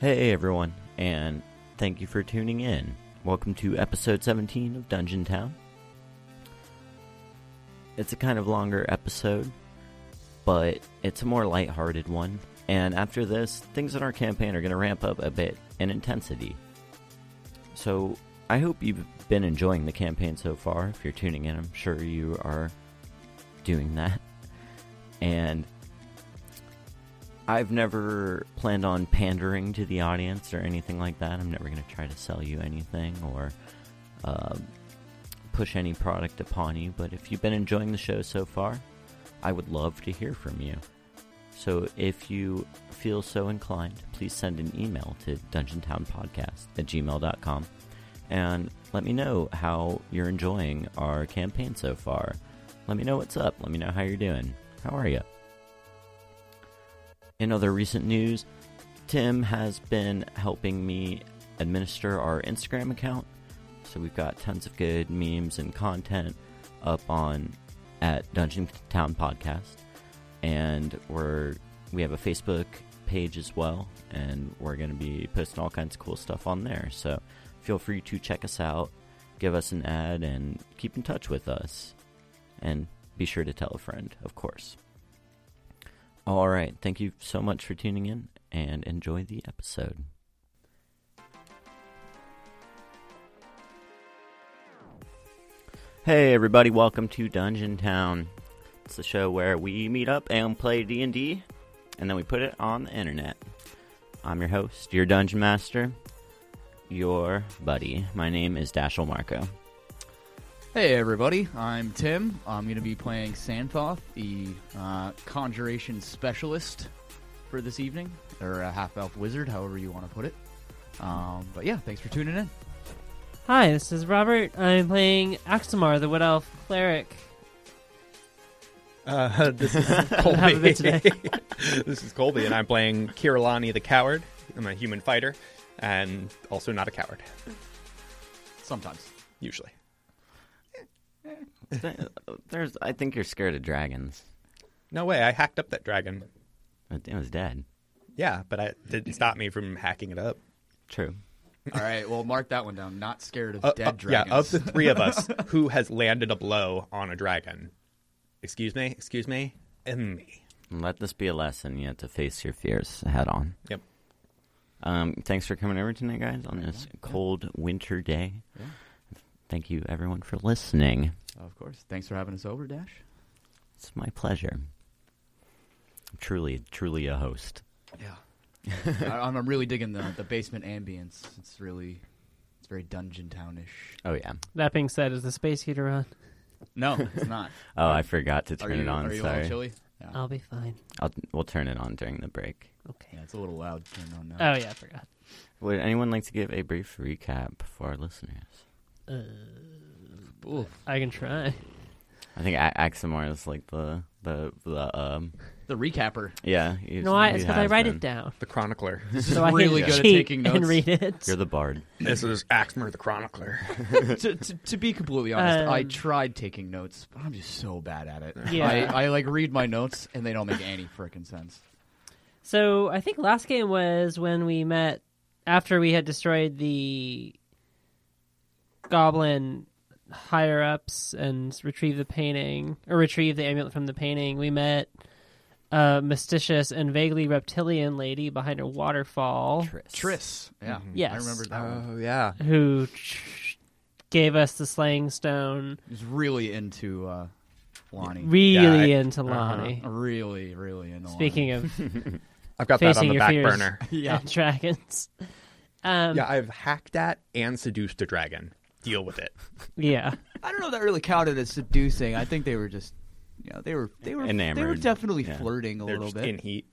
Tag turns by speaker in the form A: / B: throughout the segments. A: Hey everyone, and thank you for tuning in. Welcome to episode 17 of Dungeon Town. It's a kind of longer episode, but it's a more lighthearted one. And after this, things in our campaign are going to ramp up a bit in intensity. So I hope you've been enjoying the campaign so far. If you're tuning in, I'm sure you are doing that. And I've never planned on pandering to the audience or anything like that. I'm never going to try to sell you anything or uh, push any product upon you. But if you've been enjoying the show so far, I would love to hear from you. So if you feel so inclined, please send an email to dungeontownpodcast at gmail.com and let me know how you're enjoying our campaign so far. Let me know what's up. Let me know how you're doing. How are you? In other recent news, Tim has been helping me administer our Instagram account. So we've got tons of good memes and content up on at Dungeon Town Podcast. And we're we have a Facebook page as well, and we're gonna be posting all kinds of cool stuff on there. So feel free to check us out, give us an ad, and keep in touch with us. And be sure to tell a friend, of course. All right. Thank you so much for tuning in and enjoy the episode. Hey everybody, welcome to Dungeon Town. It's the show where we meet up and play D&D and then we put it on the internet. I'm your host, your dungeon master, your buddy. My name is Dashel Marco.
B: Hey everybody, I'm Tim. I'm going to be playing Santhoth, the uh, conjuration specialist for this evening, or a half elf wizard, however you want to put it. Um, but yeah, thanks for tuning in.
C: Hi, this is Robert. I'm playing Axamar, the Wood Elf Cleric.
D: Uh, this is
C: How have
D: Colby.
C: it today?
D: this is Colby, and I'm playing Kirilani the Coward. I'm a human fighter, and also not a coward,
B: Sometimes.
D: usually.
A: There's I think you're scared of dragons.
D: No way, I hacked up that dragon.
A: It it was dead.
D: Yeah, but I, it didn't stop me from hacking it up.
A: True.
B: All right, well, mark that one down. Not scared of
D: Uh,
B: dead
D: uh, yeah,
B: dragons.
D: of the three of us, who has landed a blow on a dragon? Excuse me, excuse me, and me.
A: And Let this be a lesson. You have to face your fears head on.
D: Yep.
A: Um, thanks for coming over tonight, guys, on this cold winter day. Thank you, everyone, for listening.
B: Of course. Thanks for having us over, Dash.
A: It's my pleasure. I'm truly, truly a host.
B: Yeah. I, I'm I'm really digging the, the basement ambience. It's really, it's very dungeon townish.
A: Oh, yeah.
C: That being said, is the space heater on?
B: No, it's not.
A: Oh, I forgot to turn
B: are you,
A: it on.
B: are you all
A: Sorry.
B: chilly? Yeah.
C: I'll be fine.
A: I'll, we'll turn it on during the break.
C: Okay.
B: yeah, it's a little loud. Turn on now.
C: Oh yeah, I forgot.
A: Would anyone like to give a brief recap for our listeners?
B: Oof.
C: I can try.
A: I think A- Axamar is like the, the, the, um,
B: The recapper.
A: yeah. he's-
C: no, I,
A: he
C: it's because I
A: has
C: write
A: been.
C: it down,
D: The Chronicler.
C: so I
B: really
C: can
B: good at
C: cheat
B: taking
C: and
B: notes.
C: read it.
A: You're the bard.
D: this is Axmer the Chronicler.
B: to, to, to be completely honest, I
C: Um,
B: tried taking notes, but I'm just so bad at it.
C: Yeah.
B: I, I like read my notes and they don't make any frickin' sense.
C: So I think last game was when we met after we had destroyed the goblin higher ups and retrieved the painting or retrieved the amulet from the painting. We met a mysticious and vaguely reptilian lady behind a waterfall
B: Triss. Yeah.
C: Yes.
B: I remember that one.
D: yeah.
C: who tr- gave us the slaying stone.
B: I was really into uh, Lonnie.
C: Really
D: Yeah, I-
C: into Lonnie.
B: really, really into
C: Speaking of
D: I've got that on
C: facing
D: the
C: your
D: back
C: fears
D: burner.
B: Yeah.
C: and dragons. Um,
D: Yeah,
C: yeah.
D: I've hacked at and seduced a dragon. Deal with it.
B: I don't know if that really counted as seducing. I think they were just, you know, they were they were they were
A: Enamored.
B: definitely
A: Yeah.
B: flirting a
D: They're
B: little
D: just
B: bit.
D: in heat.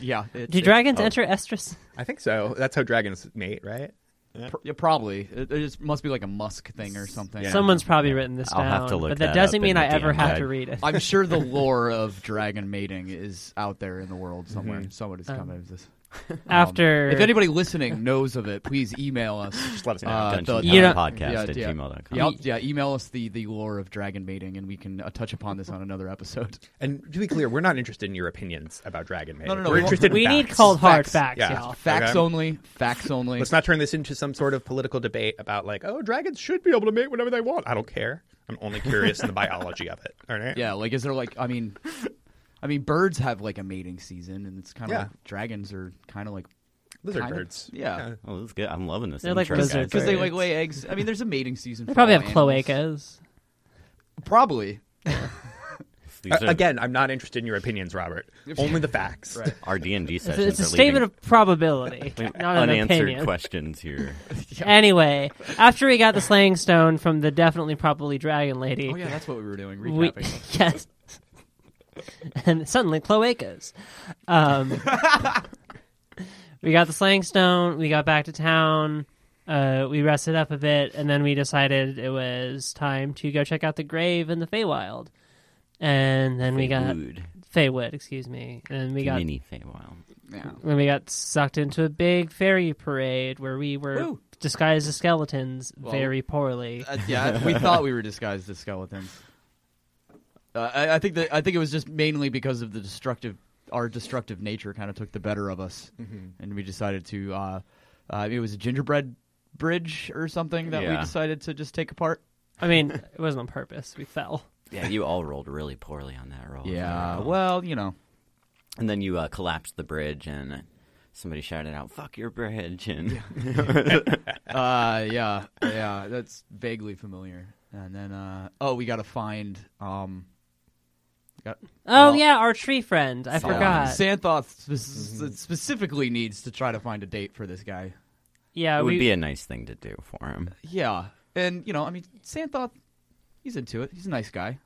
B: Yeah. it's-
C: Do
B: it-
C: dragons
A: oh.
C: enter estrus?
D: I think so. That's how dragons mate, right?
B: pr- yeah, probably. It, it just must be like a musk thing or something.
C: Someone's probably written this
A: I'll
C: down,
A: have to look
C: but
A: that
C: that
A: up
C: doesn't mean
A: in
C: I
A: the
C: ever
A: DM
C: have
A: guide.
C: to read
B: Um,
C: it.
B: I'm sure the lore of dragon mating is out there in the world somewhere. Someone is coming with this.
C: Mm-hmm. Um,
B: Um,
C: after
B: If anybody listening knows of it, please email us.
D: Just let us know.
B: Uh, the-
A: Dungeon
C: You know-
A: podcast at
B: yeah.
A: gmail.com.
B: Yeah, yeah, email us the, the lore of dragon mating, and we can uh, touch upon this on another episode.
D: and to be clear, we're not interested in your opinions about Dragon Maid.
B: No, no, no,
D: We're
B: we won't-
D: interested.
C: we
D: in
C: need
D: facts.
C: cold hard facts,
B: Facts.
D: Yeah.
C: y'all.
B: Facts
D: Okay.
B: only. Facts only.
D: Let's not turn this into some sort of political debate about like, oh, dragons should be able to mate whenever they want. I don't care. I'm only curious in the biology of it. All right.
B: Yeah, like is there like I mean, I mean birds have like a mating season, and it's kind of
D: Yeah.
B: like dragons are kind of like
D: Lizard
B: Kind of.
D: birds.
B: Yeah.
A: Oh, this is good. I'm loving this.
C: They're like
A: intro,
C: lizard
A: guys.
B: because they like
C: Birds.
B: lay eggs. I mean, there's a mating season.
C: they
B: for
C: probably
B: all
C: have
B: animals.
C: cloacas.
B: Probably.
A: These
D: Uh,
A: are
D: again, I'm not interested in your opinions, Robert. Only the facts.
B: Right.
A: our D and D
C: It's,
A: sessions.
C: a- it's a
A: are
C: statement
A: leading-
C: of probability, not an
A: unanswered
C: opinion.
A: questions here.
C: Anyway, after we got the slaying stone from the definitely probably dragon lady,
B: Oh yeah, that's what we were doing.
C: we
B: Recapping.
C: yes, and suddenly cloacas. Um, we got the slaying stone. We got back to town. Uh, we rested up a bit, and then we decided it was time to go check out the grave in the Feywild. And then we got
A: Food.
C: Feywood, excuse me, and we got
A: mini Feywild.
B: yeah.
C: when we got sucked into a big fairy parade where we were
B: Woo.
C: disguised as skeletons
B: Well,
C: very poorly.
B: Uh, yeah, we thought we were disguised as skeletons. Uh, I, I think that I think it was just mainly because of the destructive, our destructive nature kind of took the better of us, and we decided to. Uh, uh, it was a gingerbread bridge or something that we
A: Yeah.
B: decided to just take apart.
C: I mean, it wasn't on purpose. We fell.
A: Yeah, you all rolled really poorly on that roll.
B: Yeah, well, you know,
A: and then you uh, collapsed the bridge, and somebody shouted out, "Fuck your bridge!" And
B: uh, yeah, yeah, that's vaguely familiar. And then, uh, oh, we got to find. Um, got,
C: Oh
B: Well- um,
C: yeah, our tree friend. I forgot.
B: Santhoth spe- specifically needs to try to find a date for this guy.
C: yeah,
A: it would
C: we.
A: be a nice thing to do for him.
B: Yeah, and you know, I mean, Santhoth, he's into it. He's a nice guy.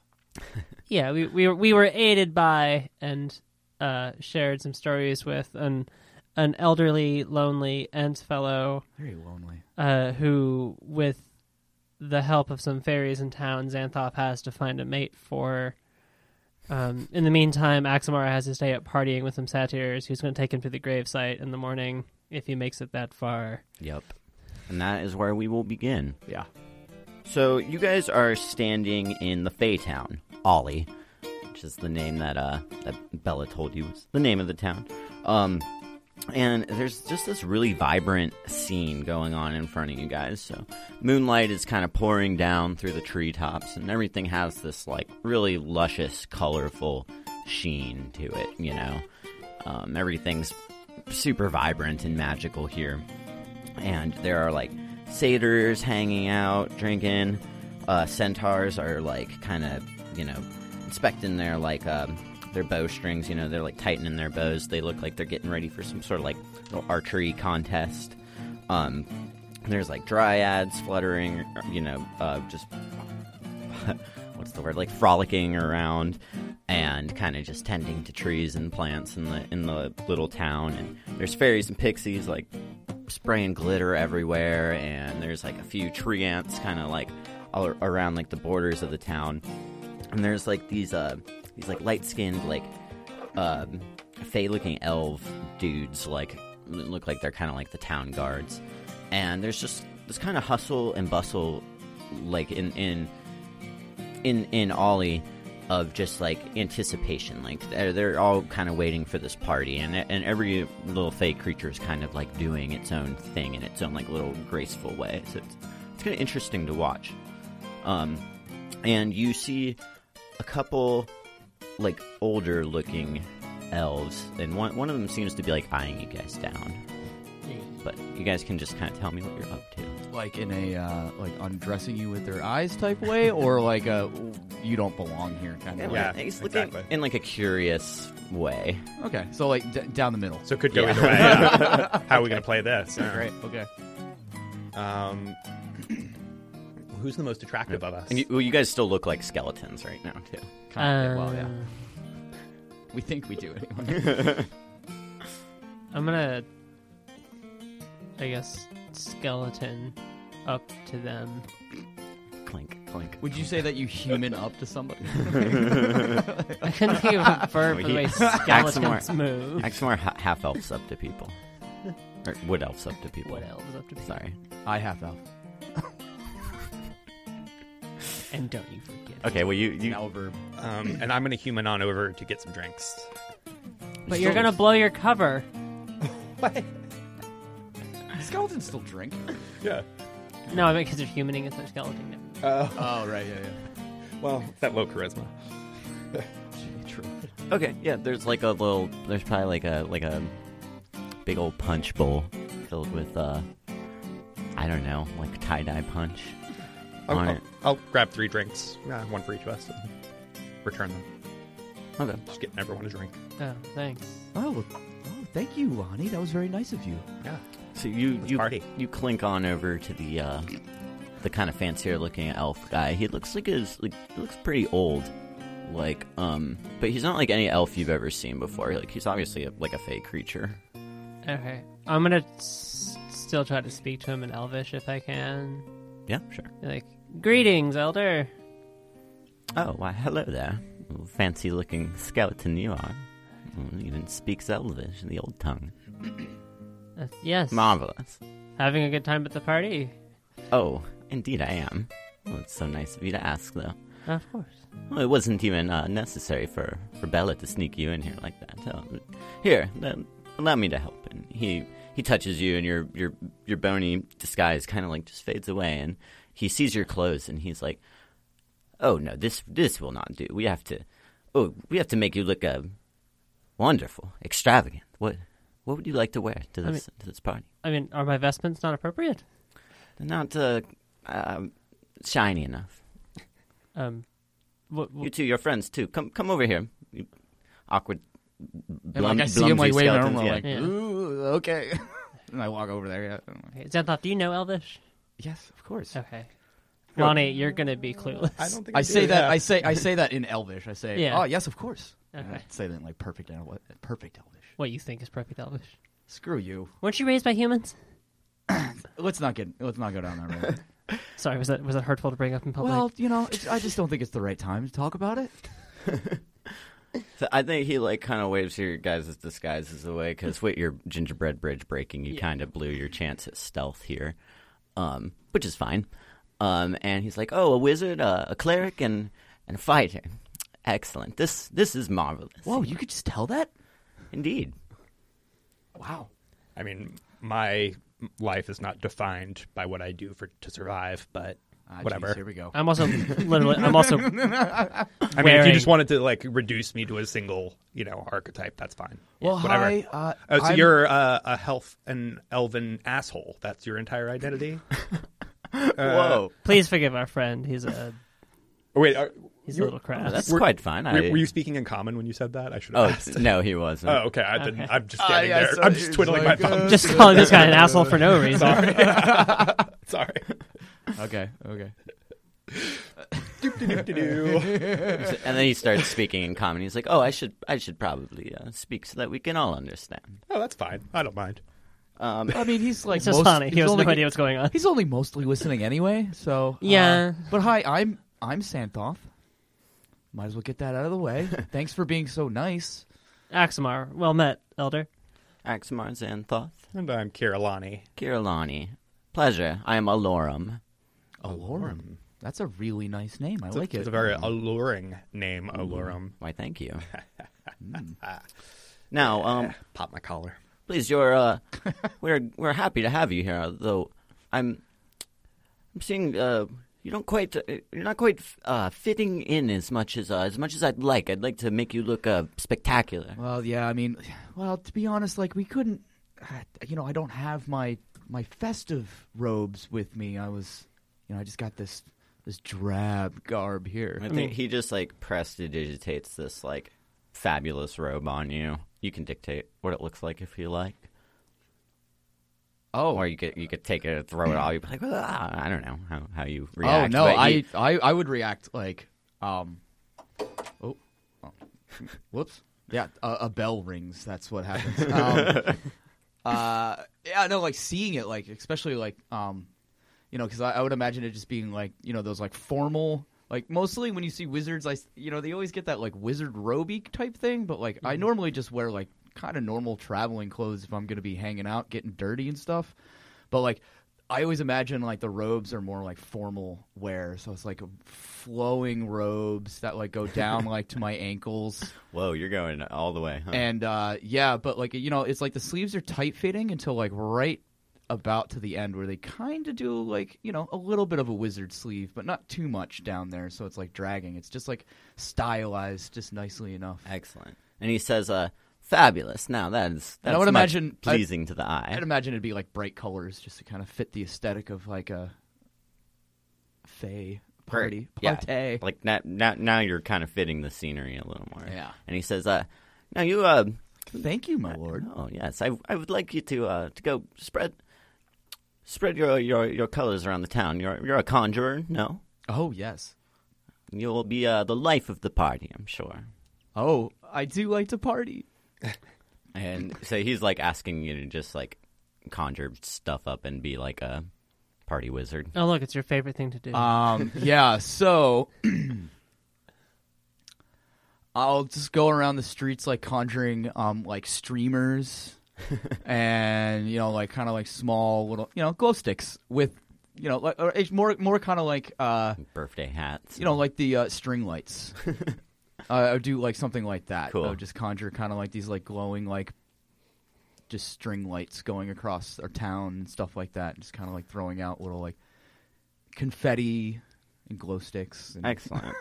C: yeah, we, we we were aided by and uh, shared some stories with an an elderly, lonely ant fellow
B: Very lonely.
C: uh, who, with the help of some fairies in town, Xanthoff has to find a mate for. Um, in the meantime, Axamara has to stay up partying with some satyrs who's going to take him to the gravesite in the morning if he makes it that far.
A: Yep. And that is where we will begin.
B: Yeah.
A: So you guys are standing in the Fay Town, Ollie, which is the name that uh that Bella told you was the name of the town. Um, and there's just this really vibrant scene going on in front of you guys. So moonlight is kind of pouring down through the treetops, and everything has this like really luscious, colorful sheen to it. You know, um, everything's super vibrant and magical here and there are like satyrs hanging out drinking uh, centaurs are like kind of you know inspecting their like um, their bow strings you know they're like tightening their bows they look like they're getting ready for some sort of like little archery contest um, there's like dryads fluttering you know uh, just what's the word like frolicking around and kind of just tending to trees and plants in the in the little town and there's fairies and pixies like spraying glitter everywhere and there's like a few tree ants kind of like all ar- around like the borders of the town and there's like these uh these like light skinned like um fey looking elf dudes like look like they're kind of like the town guards and there's just this kind of hustle and bustle like in in in in Ollie of just like anticipation. Like they're, they're all kind of waiting for this party, and and every little fake creature is kind of like doing its own thing in its own like little graceful way. So it's it's kind of interesting to watch. Um, and you see a couple like older looking elves, and one one of them seems to be like eyeing you guys down. But you guys can just kind of tell me what you're up to.
B: Like in a uh, like undressing you with their eyes type way, or like a you don't belong here kind of
D: Yeah,
A: he's looking
D: exactly.
A: in like a curious way.
B: way. Okay, so like d- down the middle.
D: So it could go
A: Yeah.
D: either way. yeah. How are we going to play this?
B: Great. Okay.
D: Um, who's the most attractive of us?
A: And you, well, you guys still look like skeletons right now, too.
B: Kinda, well,
C: Uh,
B: yeah. We think we do anyway.
C: I'm gonna, I guess, skeleton up to them
A: Clink, flank.
B: Would you say that you human up to somebody?
C: I couldn't think of a verb
A: Oh,
C: for the
A: yeah.
C: way
A: Axelmar.
C: skeletons move.
A: Axmar ha- half elves up to people. Or wood elves up to people.
C: What elves up to people?
A: Sorry.
B: I half elf.
C: And don't you forget. it.
A: Okay, well, you.
B: You
A: you
B: know, verb.
D: Um, and I'm gonna human on over to get some drinks.
C: But you're gonna blow your cover.
B: Skeletons still drink.
D: Yeah.
C: No, I mean because they're humaning as their skeleton. No.
B: Oh right, yeah, yeah.
D: Well, that low charisma.
B: True.
A: Okay, yeah, there's like a little. There's probably like a like a big old punch bowl filled with, uh. I don't know, like tie dye punch.
D: I'll,
A: on
D: I'll,
A: it.
D: I'll grab three drinks, uh, one for each of us, and return them.
A: Okay.
D: Just getting everyone a drink.
C: Oh, thanks.
B: Oh, well, oh, thank you, Lonnie. That was very nice of you.
D: Yeah.
A: So you
D: Let's
A: you
D: party.
A: you clink on over to the uh, the kind of fancier looking elf guy. He looks like his like he looks pretty old, like um, but he's not like any elf you've ever seen before. Like he's obviously a, like a fey creature.
C: Okay, I'm gonna s- still try to speak to him in Elvish if I can.
A: Yeah, sure.
C: Like, greetings, Elder.
A: Oh, why hello there, fancy looking skeleton you are. Mm, Even speaks Elvish, the old tongue.
C: Uh, yes.
A: Marvelous.
C: Having a good time at the party.
A: Oh, indeed I am. Well, it's so nice of you to ask, though.
C: Of course.
A: Well, it wasn't even uh, necessary for, for Bella to sneak you in here like that. Oh, here, le- allow me to help. And he he touches you, and your your your bony disguise kind of like just fades away. And he sees your clothes, and he's like, "Oh no, this this will not do. We have to, oh, we have to make you look uh, wonderful, extravagant. What what would you like to wear to
C: I
A: this to this party?
C: I mean, are my vestments not appropriate?
A: They're not uh, uh, shiny enough.
C: Um, what, what,
A: You two, your friends too. Come come over here. You awkward.
B: And
A: blum-
B: like I see him
A: blumsy
B: like waving
A: skeletons,
B: around, I'm
A: yeah.
B: like,
C: Yeah.
B: ooh, okay. and I walk over there. Yeah. I'm like,
C: okay, Xanthoff, do you know Elvish?
B: yes, of course.
C: Okay.
D: No.
C: Lonnie, you're gonna be clueless.
D: I don't think
B: I
D: do,
B: say that.
D: yeah.
B: I say. I say that in Elvish. I say,
C: Yeah.
B: oh yes, of course. And
C: Okay.
B: I say that in like perfect Elvish. Perfect Elvish.
C: What you think is perfect Elvish?
B: Screw you.
C: Weren't you raised by humans?
B: Let's not get. Let's not go down that road.
C: Sorry, was that was that hurtful to bring up in public?
B: well, you know, it's, I just don't think it's the right time to talk about it.
A: So I think he like kind of waves your guys' disguises away because with your gingerbread bridge breaking, you kind of blew your chance at stealth here, um, which is fine. Um, and he's like, "Oh, a wizard, uh, a cleric, and and a fighter. Excellent. This this is marvelous.
B: Whoa, you could just tell that.
A: Indeed.
B: Wow.
D: I mean, my life is not defined by what I do for to survive, but
B: Ah, jeez,
D: whatever.
B: here we go.
C: I'm also literally. I'm also.
D: I mean, if you
C: wearing-
D: just wanted to like reduce me to a single, you know, archetype, that's fine.
B: Well,
D: whatever.
B: hi. Uh,
D: Oh, so
B: I'm-
D: you're uh, a health and elven asshole. That's your entire identity. Uh,
A: Whoa,
C: Please forgive our friend. He's a
D: Oh, wait, are,
C: he's a
D: you-
C: little crap.
A: Oh, that's
D: We're-
A: quite fine. I,
D: were, were you speaking in common when you said that? I should have
A: oh
D: asked.
A: no, he wasn't.
D: Oh, okay. I didn't. I'm just
B: Ah,
D: standing
B: yeah,
D: there.
B: so
D: I'm just
B: it's
D: twiddling
B: like,
D: my thumb.
B: uh,
C: just calling this guy an asshole for no reason.
D: Sorry.
B: Okay. Okay.
D: Do-do-do.
A: So- and then he starts speaking in common. He's like, "Oh, I should I should probably uh, speak so that we can all understand."
D: oh, that's fine. I don't mind.
A: Um,
B: I mean, he's like
C: It's just
B: most-
C: funny. He
B: he's
C: has
B: only-
C: no idea what's going on.
B: He's only mostly listening anyway, so uh,
C: Yeah.
B: but hi, I'm I'm Santhoff. Might as well get that out of the way. Thanks for being so nice.
C: Axamar, well met, Elder.
A: Axmar Xanthoth.
D: And I'm Kirillani.
A: Kirilani. Pleasure. I am Alorum.
B: Alorum. Um, That's a really nice name. I
D: It's,
B: like
D: a,
B: it.
D: it's a very alluring name,
A: Mm-hmm.
D: Allurum.
A: Mm. Why, thank you. Mm. now, um,
D: Pop my collar.
A: please, you're, uh, we're, we're happy to have you here, though I'm, I'm seeing, uh, you don't quite, uh, you're not quite, uh, fitting in as much as, uh, as much as I'd like. I'd like to make you look, uh, spectacular.
B: Well, yeah, I mean, well, to be honest, like we couldn't I- you know, I don't have my my festive robes with me. I was you know, I just got this this drab garb here.
A: I think he just, like, prestidigitates this, like, fabulous robe on you. You can dictate what it looks like if you like.
B: Oh,
A: Or you could you could take it, throw it all. You'd be like, "Ah," I don't know how, how you
B: Oh
A: react.
B: no,
A: but
B: I,
A: he-
B: I I would react like um oh, oh, whoops. Yeah, a, a bell rings. That's what happens. Um, uh, yeah, no, like seeing it, like especially like um, you know, because I, I would imagine it just being like you know those like formal. Like mostly when you see wizards, I s- you know they always get that like wizard roby type thing. But like I normally just wear like kind of normal traveling clothes if I'm gonna be hanging out, getting dirty and stuff. But like I always imagine like the robes are more like formal wear, so it's like flowing robes that like go down like to my ankles.
A: Whoa, you're going all the way, huh?
B: And uh, yeah, but like you know, it's like the sleeves are tight fitting until like right about to the end where they kind of do like you know a little bit of a wizard sleeve, but not too much down there. So it's like dragging. It's just like stylized, just nicely enough.
A: Excellent. And he says, "Uh, fabulous." Now that is that's
B: And I would
A: much
B: imagine- I-
A: pleasing to the eye.
B: I'd imagine it'd be like bright colors just to kind of fit the aesthetic of like a fey party
A: Yeah.
B: party.
A: Like now, now, now you're kind of fitting the scenery a little more.
B: Yeah.
A: And he says, "Uh, now you uh,
B: Thank you, my lord.
A: oh yes, I I would like you to uh to go spread spread your your your colors around the town. You're you're a conjurer, no?
B: Oh yes.
A: You'll be uh the life of the party, I'm sure."
B: Oh, I do like to party.
A: And so he's like asking you to just like conjure stuff up and be like a party wizard.
C: Oh, look, it's your favorite thing to do.
A: Uh,
B: Um, yeah, so I'll just go around the streets like conjuring um like streamers and you know like kind of like small little you know glow sticks with you know like or it's more more kind of like uh
A: Birthday hats.
B: you know like the uh, string lights. uh, I would do like something like that.
A: Cool.
B: I would just conjure kind of like these like glowing like just string lights going across our town and stuff like that. Just kind of like throwing out little like confetti and glow sticks. And,
A: Excellent.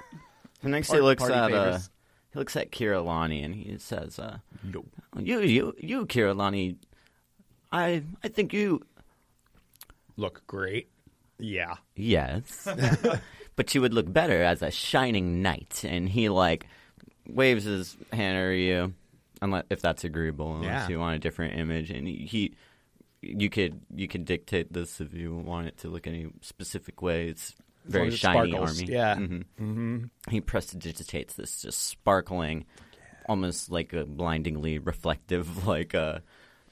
A: And next he
B: Part-
A: looks
B: party
A: at uh,
B: favors.
A: he looks at Kirilani and he says, uh,
D: No.
A: "You, you, you, Kirilani, I, I think you,
D: Look great. Yeah.
A: yes, but you would look better as a shining knight." And he like waves his hand over you, unless if that's agreeable, unless
D: Yeah.
A: you want a different image. And he, you could you could dictate this if you want it to look any specific way. It's
D: As long
A: very
D: as it
A: shiny
D: sparkles.
A: army. Mm-hmm.
D: Yeah. Mm-hmm.
A: he prestidigitates this just sparkling almost like a blindingly reflective like uh,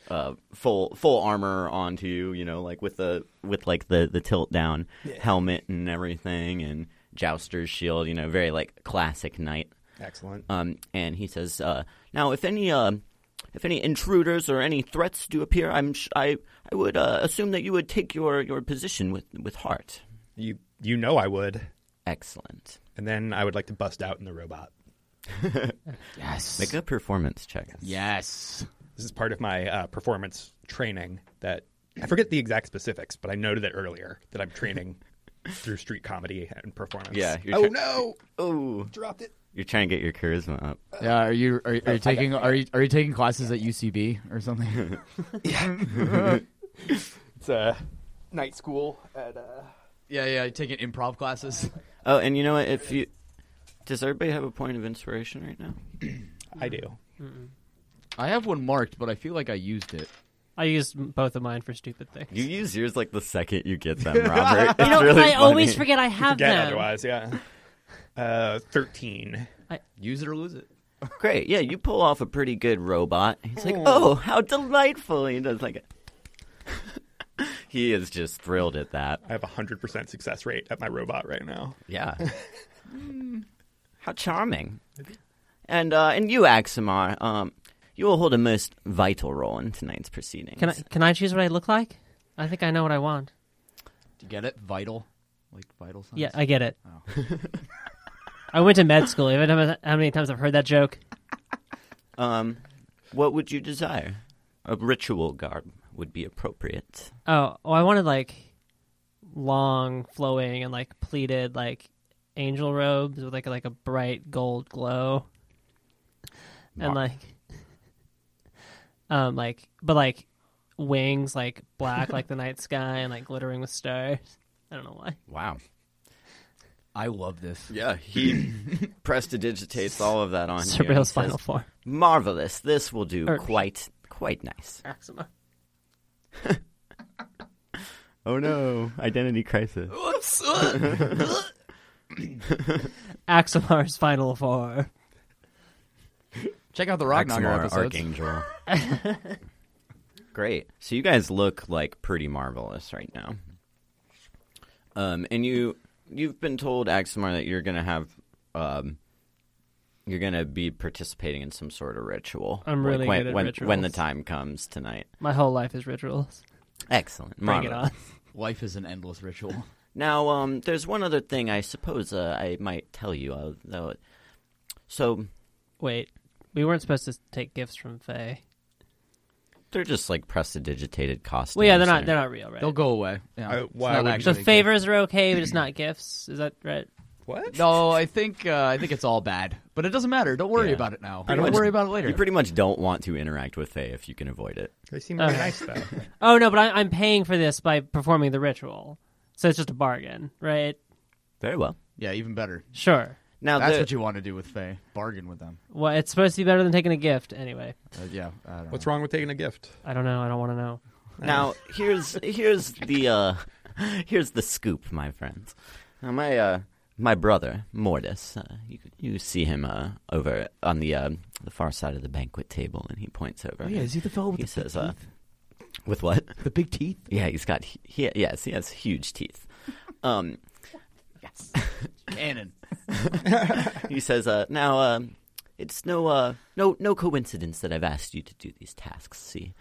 A: uh, full full armor onto you you know like with the with like the the tilt down helmet and everything and jouster's shield you know very like classic knight
D: Excellent.
A: um, and he says, uh, "Now, if any uh, if any intruders or any threats do appear, I'm sh- I I would uh, assume that you would take your, your position with with heart."
D: You you know I would.
A: Excellent.
D: And then I would like to bust out in the robot.
B: yes.
A: Make a performance check.
B: yes.
D: This is part of my uh, performance training that I forget the exact specifics, but I noted it earlier that I'm training through street comedy and performance.
A: Yeah, you're
D: Oh
A: tra-
D: no!
A: Oh.
D: Dropped it.
A: You're trying to get your charisma up.
B: Yeah, are you are, you- are you taking are you are you taking classes at UCB or something?
D: It's a uh, night school at uh
B: yeah, yeah, taking improv classes.
A: Oh, and you know what? If you does everybody have a point of inspiration right now?
D: I do.
B: I have one marked, but I feel like I used it.
C: I used both of mine for stupid things.
A: You use yours like the second you get them, Robert. It's
C: You know,
A: really
C: I always
A: funny.
C: forget I have
D: Forget
C: them.
D: otherwise, yeah. Uh, thirteen.
B: Use it or lose it.
A: Great, yeah, you pull off a pretty good robot. He's like, oh, how delightful! He does like a- he is just thrilled at that.
D: I have a hundred percent success rate at my robot right now.
A: Yeah. Mm. How charming. And uh, and you, Axamar, um, you will hold a most vital role in tonight's proceedings.
C: Can I can I choose what I look like? I think I know what I want.
B: Do you get it? Vital, like vital signs.
C: Yeah, I get it.
A: Oh.
C: I went to med school. You know how many times I've heard that joke?
A: Um, what would you desire? A ritual garb would be appropriate.
C: Oh, oh, I wanted like long, flowing, and like pleated, like angel robes with like like a bright gold glow,
A: Mar-
C: and like, um, like but like wings, like black, like the night sky, and like glittering with stars. I don't know why.
A: Wow.
B: I love this.
A: Yeah, he prestidigitates all of that on you. He
C: Surreal's
A: says,
C: final form.
A: Marvelous. This will do
C: Or-
A: quite quite nice.
C: Maxima.
A: Oh no, identity crisis.
C: Axemar's final form.
B: Check out the Ragnarok
A: Axemar,
B: episodes.
A: Archangel. Great. So you guys look like pretty marvelous right now. Um, and you you've been told Axamar that you're gonna have um, you're gonna be participating in some sort of ritual.
C: I'm really
A: when,
C: good at
A: when, when the
C: rituals.
A: time comes tonight.
C: My whole life is rituals.
A: Excellent.
C: Bring it
A: Marvelous.
C: on.
B: Life is an endless ritual.
A: Now, um, there's one other thing I suppose uh, I might tell you. Uh, though. So
C: Wait, we weren't supposed to take gifts from Faye.
A: they're just like prestidigitated costumes.
C: Well, yeah, they're not.
A: or-
C: They're not real, right?
B: They'll go away. Yeah,
D: I-
B: it's
D: why
B: not
D: would you-
C: So
B: actually a gift.
C: favors are okay, but it's not gifts. Is that right?
D: What?
B: No, I think uh, I think it's all bad, but it doesn't matter. Don't worry
A: Yeah.
B: about it now.
D: I
B: don't
D: don't-
B: worry about it later.
A: You pretty much don't want to interact with Faye if you can avoid it.
D: They seem really
C: Uh.
D: nice though.
C: Oh no, but I, I'm paying for this by performing the ritual, so it's just a bargain, right?
A: Very well.
B: yeah, even better.
C: Sure.
A: Now
B: That's
A: the-
B: what you want to do with Faye. Bargain with them.
C: Well, it's supposed to be better than taking a gift anyway.
B: Uh, yeah. I don't
D: What's
B: know.
D: wrong with taking a gift?
C: I don't know. I don't want to know.
A: Now here's here's the uh, here's the scoop, my friends. Now, my uh, my brother Mortis, uh, you you see him uh, over on the uh, the far side of the banquet table, and he points over.
B: Oh, yeah, is he the fellow with
A: he
B: the
A: says,
B: big
A: uh,
B: teeth?
A: "With what?
B: The big teeth?
A: Yeah, he's got he, he yes, he has huge teeth." Um,
C: Yes.
B: Cannon.
A: he says, uh, "Now, um it's no, uh, no, no coincidence that I've asked you to do these tasks. See,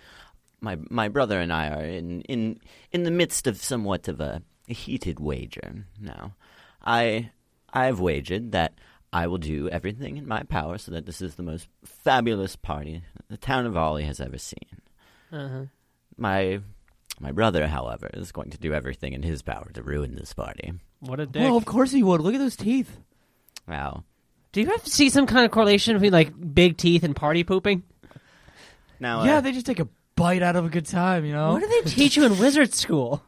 A: my my brother and I are in in in the midst of somewhat of a heated wager. Now, I I've wagered that." I will do everything in my power so that this is the most fabulous party the town of Ollie has ever seen.
C: Uh-huh.
A: My my brother, however, is going to do everything in his power to ruin this party.
C: What a dick.
B: course he would. Look at those teeth.
A: Wow.
C: Do you have to see some kind of correlation between like big teeth and party pooping?
A: Now,
B: Oh, yeah,
A: uh,
B: they just take a bite out of a good time, you know?
C: What do they teach you in wizard school?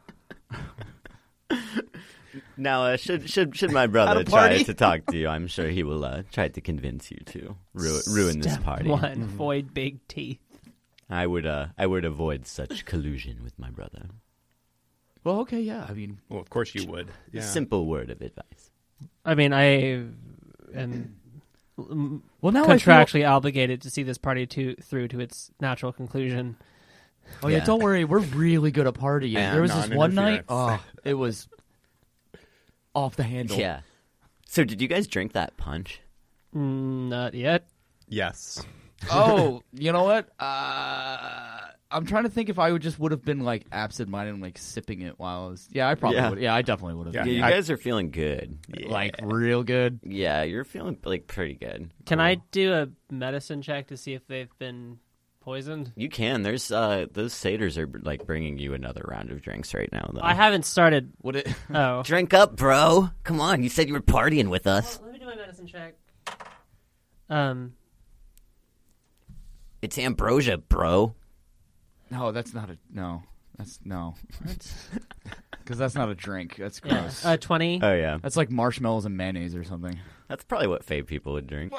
A: Now, uh, should should should my brother
B: a
A: try
B: party?
A: to talk to you, I'm sure he will uh, try to convince you to ru- ruin this
C: Step
A: party.
C: One, void big teeth.
A: I would uh, I would avoid such collusion with my brother.
B: well, okay, yeah. I mean,
D: Well, of course you would. Yeah.
A: Simple word of advice.
C: I mean, I am
B: well,
D: Oh,
B: now I feel,
C: contractually obligated to see this party to through to its natural conclusion.
B: Oh, yeah,
A: Yeah.
B: don't worry. We're really good at partying.
A: And
B: there was this one night.
D: non-interference.
B: Oh, it was off the handle.
A: Yeah. So, did you guys drink that punch?
C: Mm, Not yet.
D: Yes.
B: oh, you know what? Uh, I'm trying to think if I would just would have been like absent-minded and like sipping it while I was. Yeah, I probably
A: Yeah.
B: would. Yeah, I definitely would have.
D: Yeah,
A: Yeah, you
D: I-
A: guys are feeling good.
B: Like real good.
A: Yeah, you're feeling like pretty good.
C: Can I do a medicine check to see if they've been poisoned?
A: You can. There's uh, those satyrs are like bringing you another round of drinks right now. Though.
C: I haven't started.
B: Would it?
C: Oh,
A: Drink up, bro. Come on. You said you were partying with us.
C: let me do my medicine check. Um,
A: It's ambrosia, bro.
B: No, that's not a no. That's no. Because that's not a drink. That's
C: yeah,
B: gross.
C: uh, twenty.
A: Oh yeah,
B: that's like marshmallows and mayonnaise or something.
A: that's probably what fave people would drink.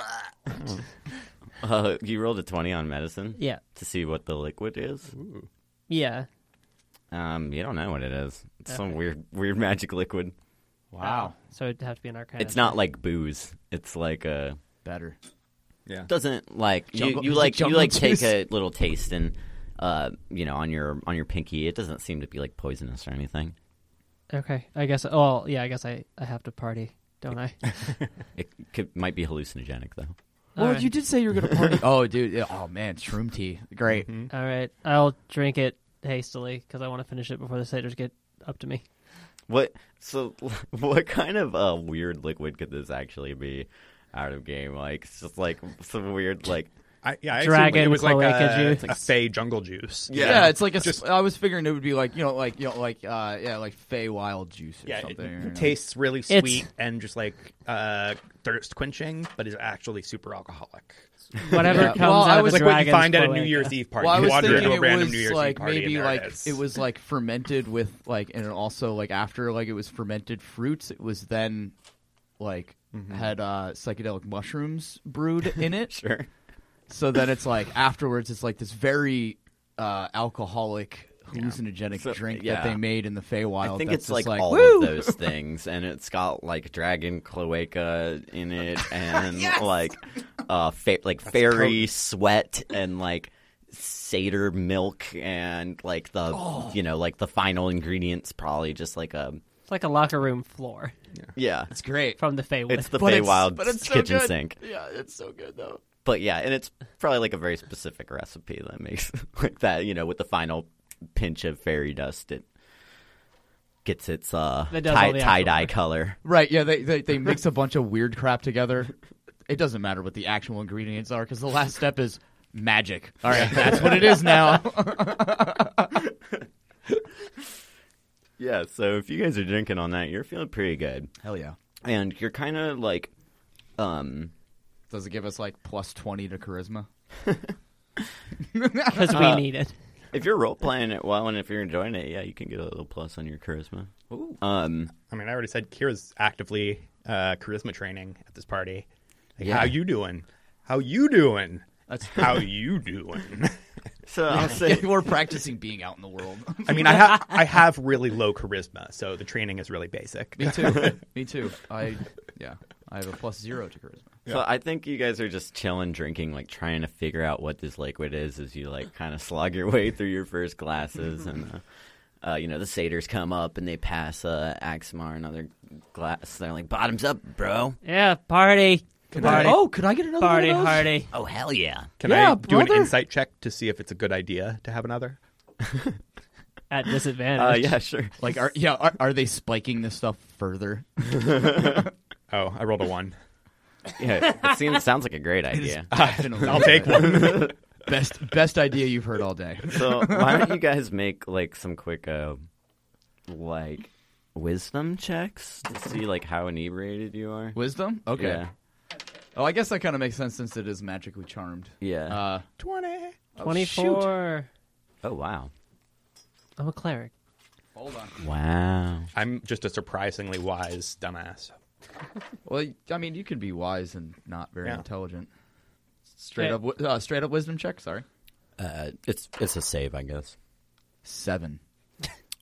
A: uh, you rolled a twenty on medicine
C: yeah,
A: to see what the liquid is.
B: Mm-hmm.
C: yeah.
A: Um, you don't know what it is. It's some weird, weird magic liquid.
B: Wow,
C: So it'd have to be an arcana.
A: It's not like booze. It's like a
B: better.
D: Yeah.
A: doesn't like you,
B: Jungle-
A: you like you
B: jungle
A: like
B: juice.
A: take a little taste and uh you know on your on your pinky. It doesn't seem to be like poisonous or anything.
C: Okay, I guess. Oh, yeah. I guess I I have to party, don't I?
A: It could, might be hallucinogenic though.
B: Well,
C: Alright.
B: you did say you were gonna party. oh, dude. yeah, Oh man, shroom tea. Great.
C: All right, I'll drink it hastily because I want to finish it before the satyrs get up to me.
A: What so what kind of uh, weird liquid could this actually be out of game? Like it's just like some weird like
D: I, yeah, I assume,
C: Dragon
D: it was like
C: cloaca
D: a,
C: juice.
D: a fey jungle juice.
A: Yeah.
B: Yeah, it's like a.
D: Just-
B: I was figuring it would be like you know, like you know, like uh, yeah, like Fey Wild juice or
D: Yeah, it,
B: something.
D: it
B: you know.
D: tastes really
C: It's-
D: sweet and just like uh, thirst quenching, but is actually super alcoholic.
C: Whatever
B: Yeah.
C: comes
B: Well,
C: out
B: I
C: of
B: was
C: the
D: Like what you
C: dragon's
D: find at a New
C: cloaca.
D: Year's Eve party.
B: Well, I
D: you
B: was
D: wander
B: thinking
D: into a random
B: it
D: New
B: was
D: Year's
B: like
D: Eve party and
B: maybe
D: there
B: like
D: it, is.
B: it was like fermented with like and also like after like it was fermented fruits. It was then like
D: Mm-hmm.
B: had uh psychedelic mushrooms brewed in it.
A: sure.
B: So then it's like afterwards, it's like this very uh alcoholic hallucinogenic
A: So-
B: drink
A: yeah.
B: that they made in the Feywild.
A: I think it's
B: that's just
A: like,
B: like
A: all
B: "Woo!"
A: of those things, and it's got like dragon cloaca in it, and like uh, fa- like fairy sweat, and like satyr milk, and like the you know like the final ingredients probably just like a
C: It's like a locker room floor
A: Yeah.
B: It's great.
C: from the Feywild.
A: It's the
B: But it's-
A: Feywild
B: but it's so
A: kitchen
B: good.
A: sink.
B: Yeah, it's so good though.
A: But yeah, and it's probably like a very specific recipe that makes like that, you know, with the final pinch of fairy dust it gets its uh
C: That does all
A: tie
C: the
A: tie dye color.
B: Right? Yeah, they they, they mix a bunch of weird crap together. It doesn't matter what the actual ingredients are because the last step is magic. All right, that's what it is now.
A: Yeah, so if you guys are drinking on that, you're feeling pretty good.
B: Hell yeah!
A: And you're kinda like um
B: Does it give us like plus twenty to charisma?
C: because we need it.
A: if you're role playing it well and if you're enjoying it, yeah, you can get a little plus on your charisma.
B: Ooh.
A: Um
D: I mean, I already said Kira's actively uh, charisma training at this party. Like,
A: Yeah.
D: How you doing? How you doing?
B: That's
D: How you doing?
A: so I'll say
B: we're practicing being out in the world.
D: I mean, I have I have really low charisma, so the training is really basic.
B: Me too. Me too. I yeah. I have a plus zero to charisma.
A: So I think you guys are just chilling, drinking, like trying to figure out what this liquid is as you like kind of slog your way through your first glasses, and uh, uh, you know the satyrs come up and they pass uh, Axmar another glass. They're like, "Bottoms up, bro!
C: Yeah, party, party,
B: Oh, could I get another
C: party,
B: one of those?
C: party.
A: Oh hell yeah!"
D: Can
B: Yeah,
D: I do
B: brother.
D: an insight check to see if it's a good idea to have another?
C: At
A: Uh,
C: disadvantage.
A: yeah, sure.
B: Like, are yeah, are, are they spiking this stuff further?
D: Oh, I rolled a one.
A: Yeah, it seems sounds like a great
B: It's
A: idea.
B: definitely
D: I'll take one.
B: best best idea you've heard all day.
A: So why don't you guys make like some quick, uh, like, wisdom checks to see like how inebriated you are?
B: Wisdom. Okay.
A: Yeah,
B: Oh, I guess that kind of makes sense since it is magically charmed.
A: yeah.
B: Uh,
D: Twenty.
C: Twenty-four.
A: oh wow,
C: I'm a cleric.
B: hold on.
A: wow.
D: I'm just a surprisingly wise dumbass.
B: Well, I mean, you can be wise and not very
D: Yeah.
B: intelligent. Straight
C: Yeah.
B: up, wi- uh, straight up wisdom check. Sorry,
A: Uh, it's it's a save, I guess.
B: seven.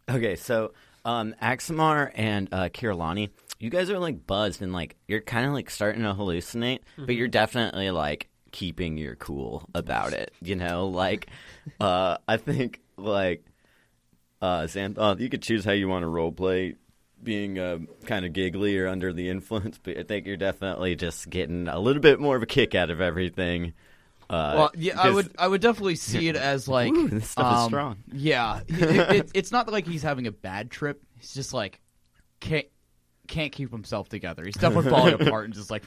A: Okay, so um, Axamar and uh, Kirlani, you guys are like buzzed and like you're kind of like starting to hallucinate, but you're definitely like keeping your cool about it. You know, like uh, I think like uh, Xanthoth, you could choose how you want to role play. Being uh, kind of giggly or under the influence, but I think you're definitely just getting a little bit more of a kick out of everything. Uh,
B: Well, yeah, I
A: because-
B: would, I would definitely see it as like
A: Ooh, this stuff is
B: um,
A: strong.
B: Yeah, It- it- it's not like he's having a bad trip. He's just like can't can't keep himself together. He's definitely falling apart and just like.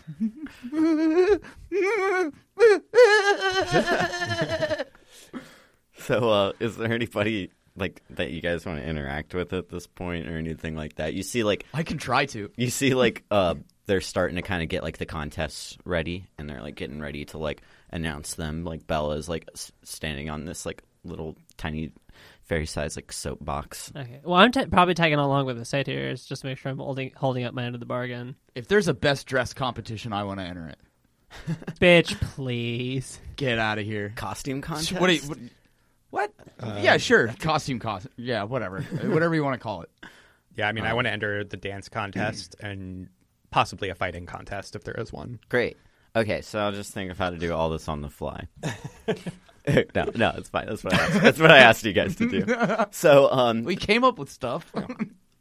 A: So, uh, is there anybody like that you guys want to interact with at this point, or anything like that? You see, like
B: I can try to.
A: you see, like uh, they're starting to kind of get like the contests ready, and they're like getting ready to like announce them. Like Bella's like s- standing on this like little tiny fairy size like soapbox.
C: Okay. Well, I'm t- probably tagging along with the satyrs just to make sure I'm holding holding up my end of the bargain.
B: If there's a best dress competition, I want to enter it.
C: Bitch, please.
B: Get out of here.
A: Costume contest.
B: What? Are you, what? what? yeah, sure. Costume cost. Yeah, whatever. Uh, whatever you want to call it.
D: Yeah, I mean, I
B: Oh.
D: want to enter the dance contest and possibly a fighting contest if there is one.
A: Great. Okay, so I'll just think of how to do all this on the fly. no, no, it's fine. That's what I asked. that's what I asked you guys to do. So, um,
B: We came up with stuff.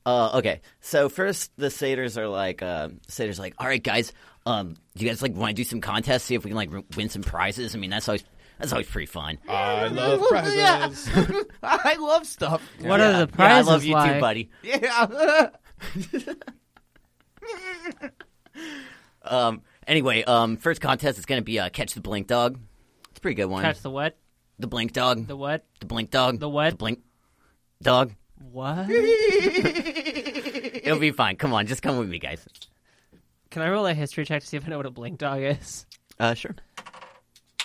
A: Uh, okay, so first the satyrs are like, uh, satyrs are like, all right, guys, um, do you guys like want to do some contests, see if we can like r- win some prizes? I mean, that's always that's always pretty fun.
C: Uh,
D: I love
B: Yeah. I love stuff.
C: What
A: Yeah,
C: are the
A: yeah, I
C: prizes
A: love you
C: like?
A: too, buddy.
B: Yeah.
A: Um, anyway, um, first contest is gonna be uh, catch the blink dog. It's a pretty good one.
C: Catch the what?
A: the blink dog.
C: The
A: The,
C: what?
A: blink dog.
C: the what?
A: The blink dog.
C: What?
A: It'll be fine. Come on, just come with me, guys.
C: Can I roll a history check to see if I know what a blink dog is?
A: Uh, sure.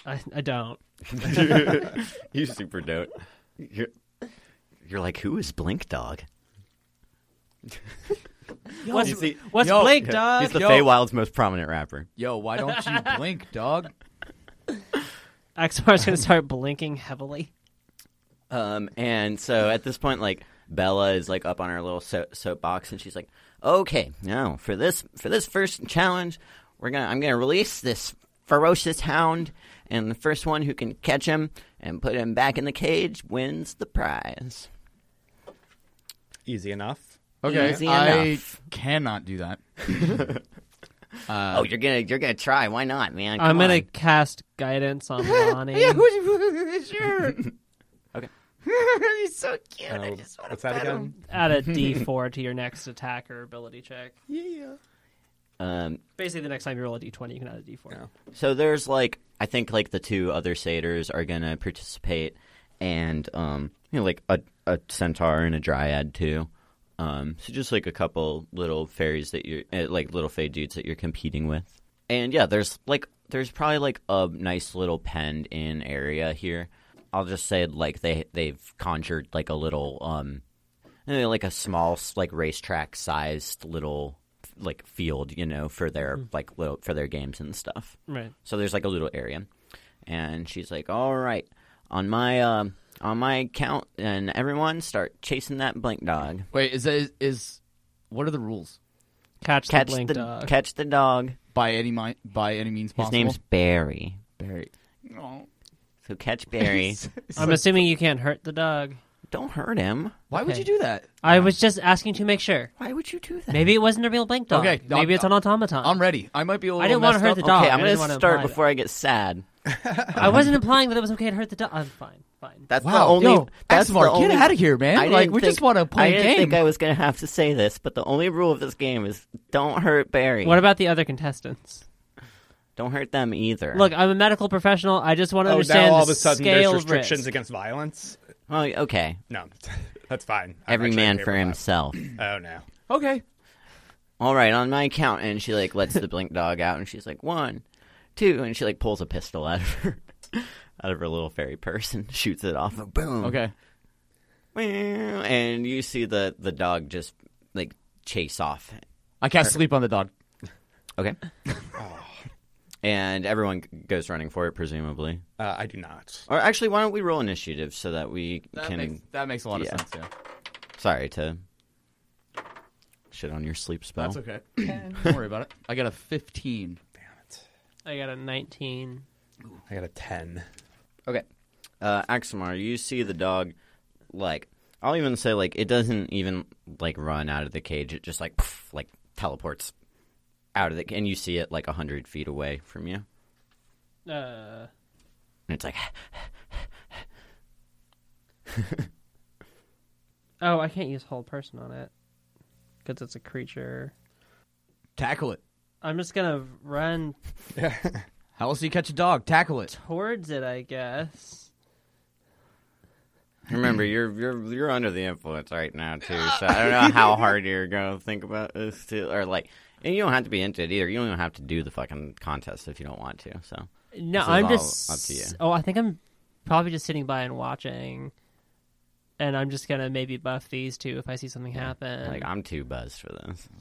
C: I, I don't.
A: You super don't. You're, you're like, who is blink dog?
C: what's
A: you see-
C: what's
B: yo,
C: blink
B: okay.
C: dog?
A: He's the
B: yo.
A: Feywild's most prominent rapper.
B: Yo, why don't you blink, dog?
C: Axmar's gonna start blinking heavily.
A: Um, and so at this point, like Bella is like up on her little so- soapbox, and she's like, "Okay, now for this for this first challenge, we're gonna I'm gonna release this ferocious hound, and the first one who can catch him and put him back in the cage wins the prize."
D: Easy enough.
B: Okay,
A: Easy
B: I
A: enough.
B: cannot do that.
A: oh, you're gonna you're gonna try. Why not, man?
C: I'm
A: Come
C: gonna
A: on.
C: cast guidance on Lonnie.
B: sure.
A: Okay.
B: He's so cute.
D: Uh, what's that again?
C: Add a D4 to your next attack or ability check.
A: Um,
C: Basically, the next time you roll a D20, you can add a D4.
D: No.
A: so there's like I think like the two other satyrs are gonna participate, and um, you know, like a a centaur and a dryad too. Um, so just like a couple little fairies that you're uh, like little fae dudes that you're competing with, and yeah, there's like there's probably like a nice little penned in area here. I'll just say like they they've conjured like a little um you know, like a small s- like racetrack sized little like field you know for their like little for their games and stuff
C: Right.
A: so there's like a little area and she's like all right on my um on my count and everyone start chasing that blink dog
B: Wait, is that is, is what are the rules?
C: Catch,
A: catch
C: the blink
A: the
C: dog.
A: catch the dog
B: By any mi- by any means
A: his
B: possible.
A: name's barry
B: Barry. Oh.
A: so catch barry
C: I'm assuming you can't hurt the dog.
A: don't hurt him
B: Why would
C: Okay.
B: you do that?
C: I was just asking to make sure.
A: why would you do that
C: Maybe it wasn't a real blink dog.
B: Okay,
C: Maybe
B: I'm-
C: it's an automaton.
D: Um,
B: I'm ready. Uh, I might be a little.
C: I didn't wanna
B: messed
C: hurt
B: up.
C: the
B: Okay.
C: dog.
A: okay
C: I
A: i'm gonna
C: didn't wanna
A: start
C: imply
A: before i get sad
C: I wasn't implying that it was okay to hurt the dog. I'm fine. Fine.
A: that's the
B: Wow,
A: only
B: yo,
A: that's
B: Axmar,
A: the
B: get
A: only
B: outta here, man.
A: didn't
B: Like, we just wanna play
A: I
B: a
A: didn't
B: game.
A: think i was gonna have to say this but the only rule of this game is don't hurt barry
C: What about the other contestants?
A: don't hurt them either
C: Look, I'm a medical professional. I just want to
D: Oh,
C: understand
D: now all of
C: the
D: a sudden
C: scale
D: there's
C: of
D: restrictions
C: risk.
D: against violence.
A: oh, okay
D: No, that's fine. I'm
A: every
D: actually
A: man
D: okay
A: for
D: with
A: himself.
D: that. Oh no.
B: Okay.
A: All right, on my count, and she like lets the blink dog out, and she's like one, two, and she like pulls a pistol out of her out of her little fairy purse and shoots it off. Boom.
B: Okay.
A: Meow. And you see the the dog just like chase off.
B: I cast sleep on the dog.
A: Okay. and everyone goes running for it, presumably.
D: Uh, I do not.
A: Or actually, why don't we roll initiative so that we
B: That
A: can?
B: makes that makes a lot
A: yeah.
B: of sense. Yeah.
A: Sorry to shit on your sleep spell.
B: That's okay. Don't worry about it. I got a 15.
D: Damn it.
C: I got a 19.
D: I got a ten.
A: Okay. Uh, Axamar, you see the dog, like, I'll even say, like, it doesn't even, like, run out of the cage. It just, like, pff, like teleports out of the And you see it, like, 100 feet away from you.
C: Uh,
A: And it's like,
C: oh, I can't use whole person on it because it's a creature.
B: Tackle it.
C: I'm just gonna run
B: How else do you catch a dog? Tackle it.
C: towards it, I guess.
A: remember, you're, you're, you're under the influence right now, too. So I don't know how hard you're going to think about this, too. Or, like, and you don't have to be into it either. You don't even have to do the fucking contest if you don't want to. So,
C: No,
A: This is
C: I'm
A: all
C: just.
A: up to you.
C: Oh, I think I'm probably just sitting by and watching, and I'm just gonna maybe buff these two if I see something happen.
A: like, I'm too buzzed for this.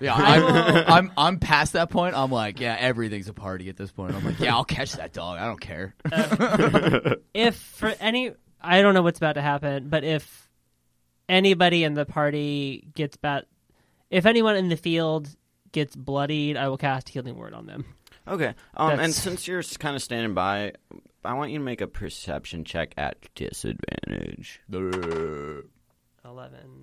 B: Yeah, I'm, I'm I'm past that point. I'm like, yeah, everything's a party at this point. I'm like, yeah, I'll catch that dog. I don't care.
C: if for any I don't know what's about to happen, but if anybody in the party gets bat if anyone in the field gets bloodied, I will cast healing word on them.
A: Okay. Um, and
C: That's-
A: since you're kind of standing by, I want you to make a perception check at disadvantage.
C: Eleven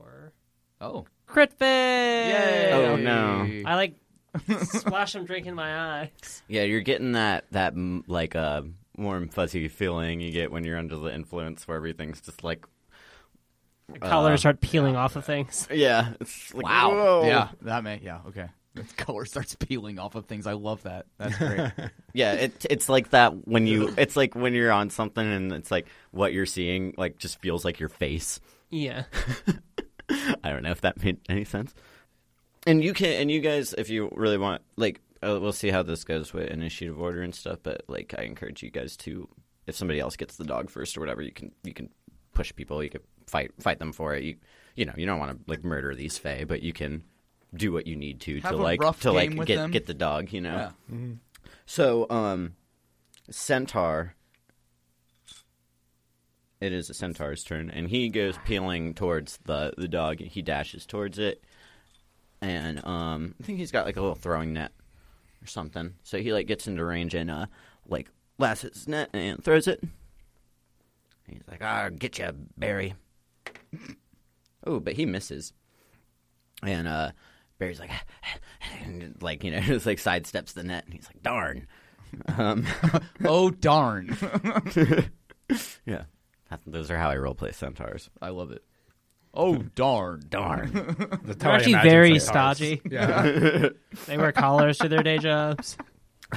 C: or
B: Oh,
C: crit fail.
A: Oh, no.
C: I like splash them drink in my eye.
A: Yeah, you're getting that that mm, like uh, warm fuzzy feeling you get when you're under the influence, where everything's just like
C: The colors start peeling off of things.
A: yeah, it's like,
B: Wow.
A: whoa.
B: Yeah, that may. Yeah, okay. The color starts peeling off of things. I love that. That's great.
A: yeah. It, it's like that when you it's like when you're on something and it's like what you're seeing like just feels like your face.
C: Yeah.
A: I don't know if that made any sense. And you can, and you guys, if you really want, like, uh, we'll see how this goes with initiative order and stuff. But like, I encourage you guys to, if somebody else gets the dog first or whatever, you can you can push people. You can fight fight them for it. You you know you don't want to like murder these fae, but you can do what you need to
B: Have
A: to
B: a
A: like
B: rough
A: to like
B: game with
A: get
B: them.
A: get the dog. You know.
B: Yeah.
A: So, um, centaur. It is a centaur's turn, and he goes peeling towards the the dog. He dashes towards it, and um, I think he's got like a little throwing net or something. So he like gets into range and uh, like lashes his net and throws it. He's like, "Ah, get you, Barry." Oh, but he misses. And uh, Barry's like, and, like you know, just like sidesteps the net, and he's like, darn. Um,
B: oh darn!
A: yeah, That- those are how I roleplay centaurs.
B: I love it. Oh darn!
A: Darn.
C: They're
D: That's how I
C: actually
D: imagine
C: very
D: centaurs.
C: stodgy.
D: Yeah,
C: They wear collars to their day jobs.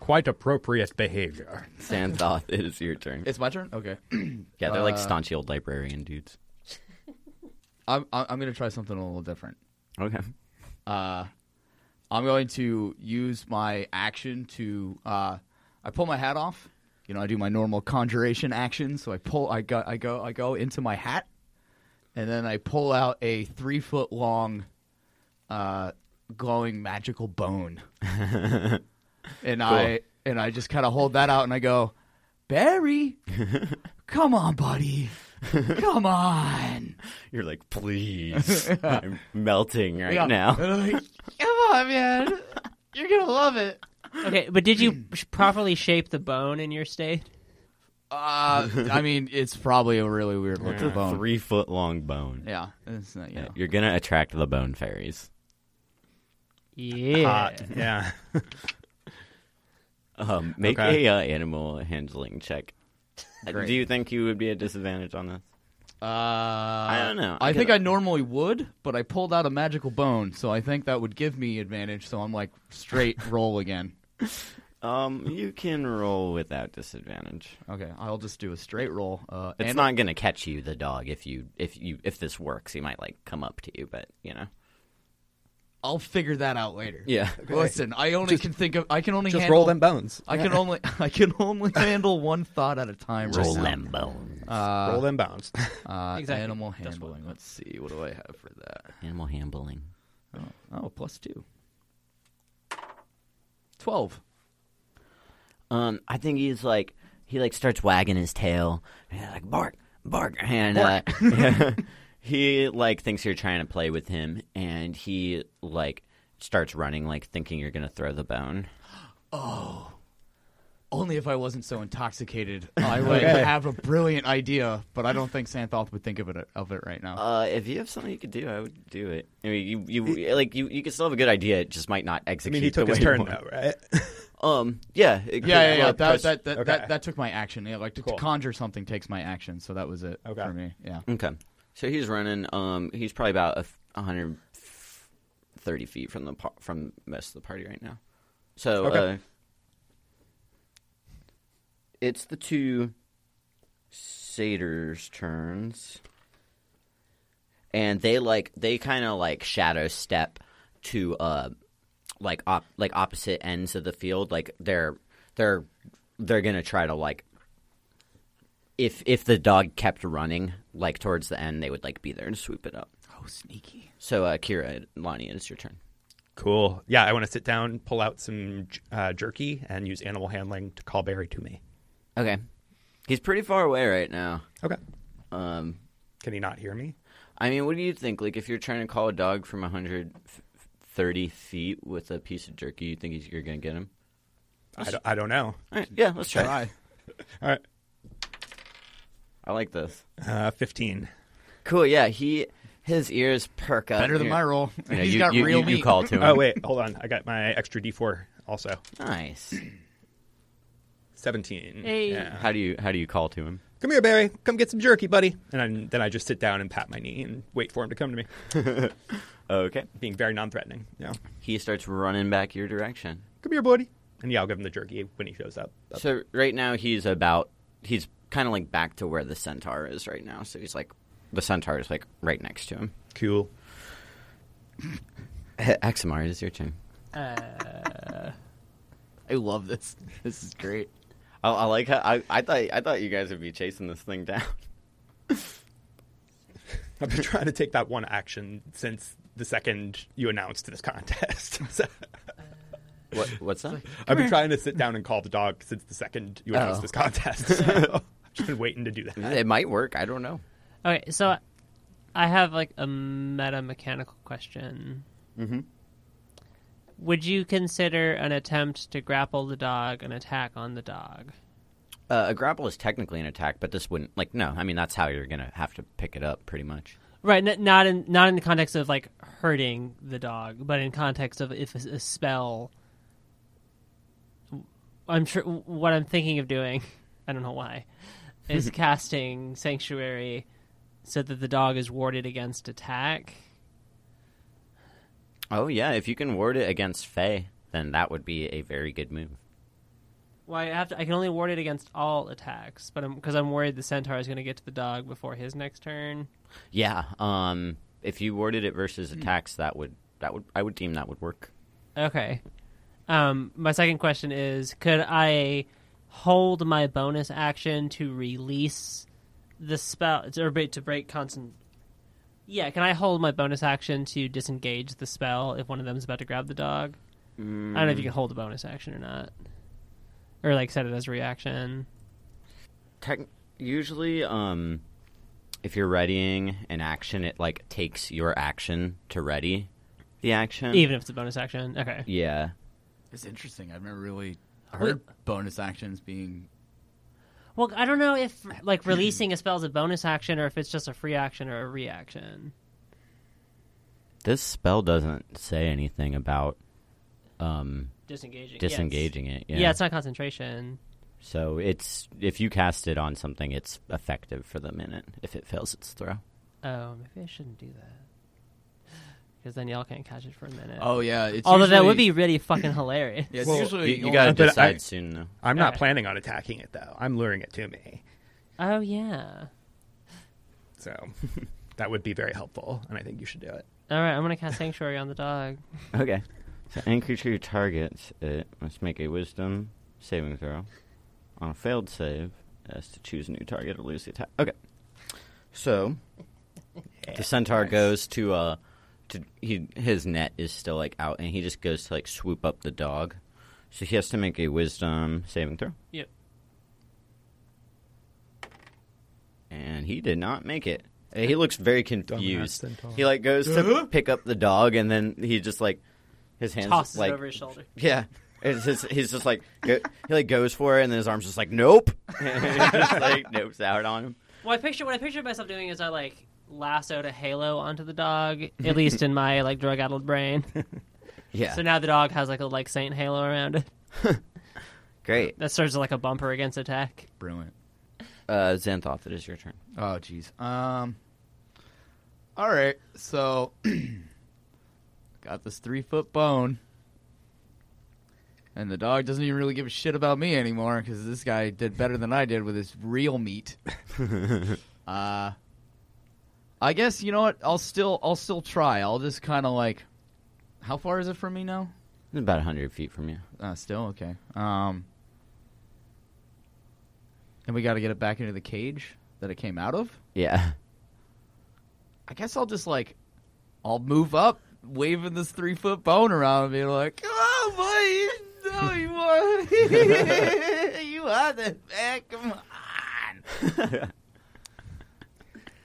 D: quite appropriate behavior.
A: Santhoth, it is your turn.
B: It's my turn. Okay,
A: Yeah, they're like
B: Uh,
A: staunch old librarian dudes.
B: I'm I'm I'm gonna try something a little different.
A: Okay.
B: uh, I'm going to use my action to. Uh, I pull my hat off. You know, I do my normal conjuration action. So I pull. I go. I go. I go into my hat, and then I pull out a three foot long, uh, glowing magical bone, and I and I just kind of hold that out and I go, Barry, come on, buddy, come on.
A: You're like, please. I'm melting right
B: Yeah.
A: now.
B: And I'm like, come on, man, you're gonna love it.
C: Okay, but did you sh- properly shape the bone in your state?
B: Uh, I mean, it's probably a really weird looking bone.
A: Three foot long bone.
B: Yeah, it's not, you know.
A: You're gonna attract the bone fairies.
C: Yeah.
D: Hot. Uh, Yeah.
A: Um, make
D: Okay.
A: a uh, animal handling check. Uh,
B: Great.
A: Do you think you would be at disadvantage on this?
B: Uh, I
A: don't know.
B: I,
A: I
B: think
A: could-
B: I normally would, but I pulled out a magical bone, so I think that would give me advantage. So I'm like straight roll again.
A: Um, you can roll without disadvantage.
B: Okay, I'll just do a straight roll. Uh,
A: It's
B: and
A: not gonna catch you, the dog. If you if you if this works, he might like come up to you. But you know,
B: I'll figure that out later.
A: yeah.
B: Listen, I only can think of. I can only
D: Just
B: handle,
D: roll them bones.
B: I can only. I can only handle one thought at a time. right
A: Roll
B: now.
A: them bones.
B: Uh,
D: roll them bones.
B: uh,
C: Exactly.
B: Animal
C: That's what-
B: handling. Let's see. What do I have for that?
A: Animal handling.
B: Oh, plus two. Twelve.
A: Um, I think he's like he like starts wagging his tail and he's like bark, bark, and Uh, he like thinks you're trying to play with him, and he like starts running, like thinking you're gonna throw the bone.
B: Only if I wasn't so intoxicated, I would have a brilliant idea. But I don't think Santhoth would think of it of it right now.
A: Uh, if you have something you could do, I would do it. I mean, you you like you you could still have a good idea, it just might not
D: I
A: execute.
D: mean, he took
A: the
D: his
A: way you
D: turn
A: want.
D: though, right?
A: Um, yeah, it-
B: yeah, yeah,
A: well,
B: yeah.
A: it
B: That,
A: pressed-
B: that, that, that
D: okay.
B: that took my action. Yeah, like to, to
D: Cool.
B: conjure something takes my action, so that was it
D: Okay.
B: for me. Yeah.
A: Okay, so he's running. Um, he's probably about a f- 130 feet from the par- from most of the party right now. So
D: Okay.
A: uh, it's the two satyrs' turns, and they like they kind of like shadow step to uh like op- like opposite ends of the field. Like they're they're they're gonna try to like if if the dog kept running like towards the end, they would like be there and swoop it up.
B: Oh, sneaky.
A: So uh, Kira, Lonnie, it's your turn.
D: Cool. Yeah, I want to sit down, pull out some j- uh, jerky, and use animal handling to call Barry to me.
A: Okay, he's pretty far away right now.
D: Okay.
A: Um,
D: Can he not hear me?
A: I mean, what do you think? Like, if you're trying to call a dog from 130 feet with a piece of jerky, you think he's, you're gonna get him?
D: I don't, I don't know.
A: All right, yeah, let's try.
B: Try.
D: All right.
A: I like this.
D: Uh, 15.
A: Cool. Yeah, he his ears perk up.
B: Better than
A: You're-
B: my roll.
A: You, know,
B: He's
A: you,
B: got
A: you,
B: real
A: you,
B: meat.
A: you call to him.
D: Oh, wait. Hold on. I got my extra d4 also.
A: Nice.
D: 17.
C: Hey.
D: Yeah.
A: How do you how do you call to him?
D: Come here, Barry. Come get some jerky, buddy. And I, then I just sit down and pat my knee and wait for him to come to me,
A: Okay.
D: being very non threatening. Yeah.
A: He starts running back your direction.
D: Come here, buddy. And yeah, I'll give him the jerky when he shows up.
A: So right now he's about he's kind of like back to where the centaur is right now. So he's like the centaur is like right next to him.
D: Cool.
A: Axamar, it is your turn.
C: Uh,
B: I love this. This is great.
A: I, I like how I, I thought I thought you guys would be chasing this thing down.
D: I've been trying to take that one action since the second you announced this contest. So-
A: What what's that?
D: I've been trying to sit down and call the dog since the second you announced
A: Oh.
D: this contest. So I've just been waiting to do that.
A: it might work. I don't know.
C: Okay, so I have like a meta mechanical question. Mm-hmm. Would you consider an attempt to grapple the dog an attack on the dog?
A: Uh, a grapple is technically an attack, but this wouldn't like no. I mean that's how you're gonna have to pick it up pretty much.
C: Right, n- not in not in the context of like hurting the dog, but in context of if a, a spell. I'm sure what I'm thinking of doing. I don't know why. Is casting sanctuary so that the dog is warded against attack.
A: Oh yeah, if you can ward it against Faye, then that would be a very good move.
C: Well, I have to. I can only ward it against all attacks, but because I'm, worried the centaur is going to get to the dog before his next turn.
A: Yeah. Um, if you warded it versus attacks, that would that would I would deem that would work.
C: Okay. Um, my second question is: Could I hold my bonus action to release the spell or ba- to break constant? Yeah, can I hold my bonus action to disengage the spell if one of them is about to grab the dog? I don't know if
A: Mm.
C: you can hold a bonus action or not, or like set it as a reaction.
A: Tech, usually, um, if you're readying an action, it like takes your action to ready the action.
C: Even if it's a bonus action, okay.
A: yeah.
B: It's interesting. I've never really heard bonus actions being.
C: Well, I don't know if like releasing a spell is a bonus action or if it's just a free action or a reaction.
A: This spell doesn't say anything about um,
C: Disengaging. yeah, it's-
A: disengaging it.
C: Yeah,
A: Yeah.
C: it's not concentration.
A: so it's if you cast it on something, it's effective for the minute. If it fails its throw,
C: Oh, maybe I shouldn't do that. Because then y'all can't catch it for a minute.
B: Oh yeah, it's
C: Although that
B: usually-
C: would be really fucking hilarious.
B: Yeah, it's
D: Well,
A: you,
B: usually
A: you
B: only-
A: gotta
D: but I-
A: decide soon though.
D: I'm not
C: Alright.
D: planning on attacking it though. I'm luring it to me.
C: Oh yeah.
D: So that would be very helpful, and I think you should do it.
C: All right, I'm gonna cast sanctuary on the dog.
A: Okay. So any creature who targets it must make a wisdom saving throw. On a failed save, it has to choose a new target or lose the attack. Okay. So the centaur goes to uh to he his net is still like out and he just goes to like swoop up the dog. So he has to make a wisdom saving throw.
C: Yep.
A: And he did not make it. Uh, He looks very confused.
D: centaur.
A: He like goes to pick up the dog and then he just like his hands
C: Tosses
A: like
C: it over his shoulder.
A: yeah. It's just, he's just like go, he like goes for it, and then his arms just like nope, and he just like nopes out on him.
C: Well, I picture what I picture myself doing is I like lassoed a halo onto the dog, at least in my like drug-addled brain.
A: Yeah,
C: So now the dog has like a like saint halo around it
A: great.
C: that serves as like a bumper against attack.
B: brilliant.
A: Uh, Xanthoth, it is your turn.
B: Oh jeez. Um. All right. So, got this three foot bone, and the dog doesn't even really give a shit about me anymore because this guy did better than I did with his real meat. uh, I guess you know what? I'll still I'll still try. I'll just kind of like, how far is it from me now?
A: It's about hundred feet from you.
B: Uh, still okay. Um, and we got to get it back into the cage that it came out of.
A: Yeah,
B: I guess I'll just like, I'll move up, waving this three foot bone around and be like, "Oh, boy, you know you want, you want this back? Come on!"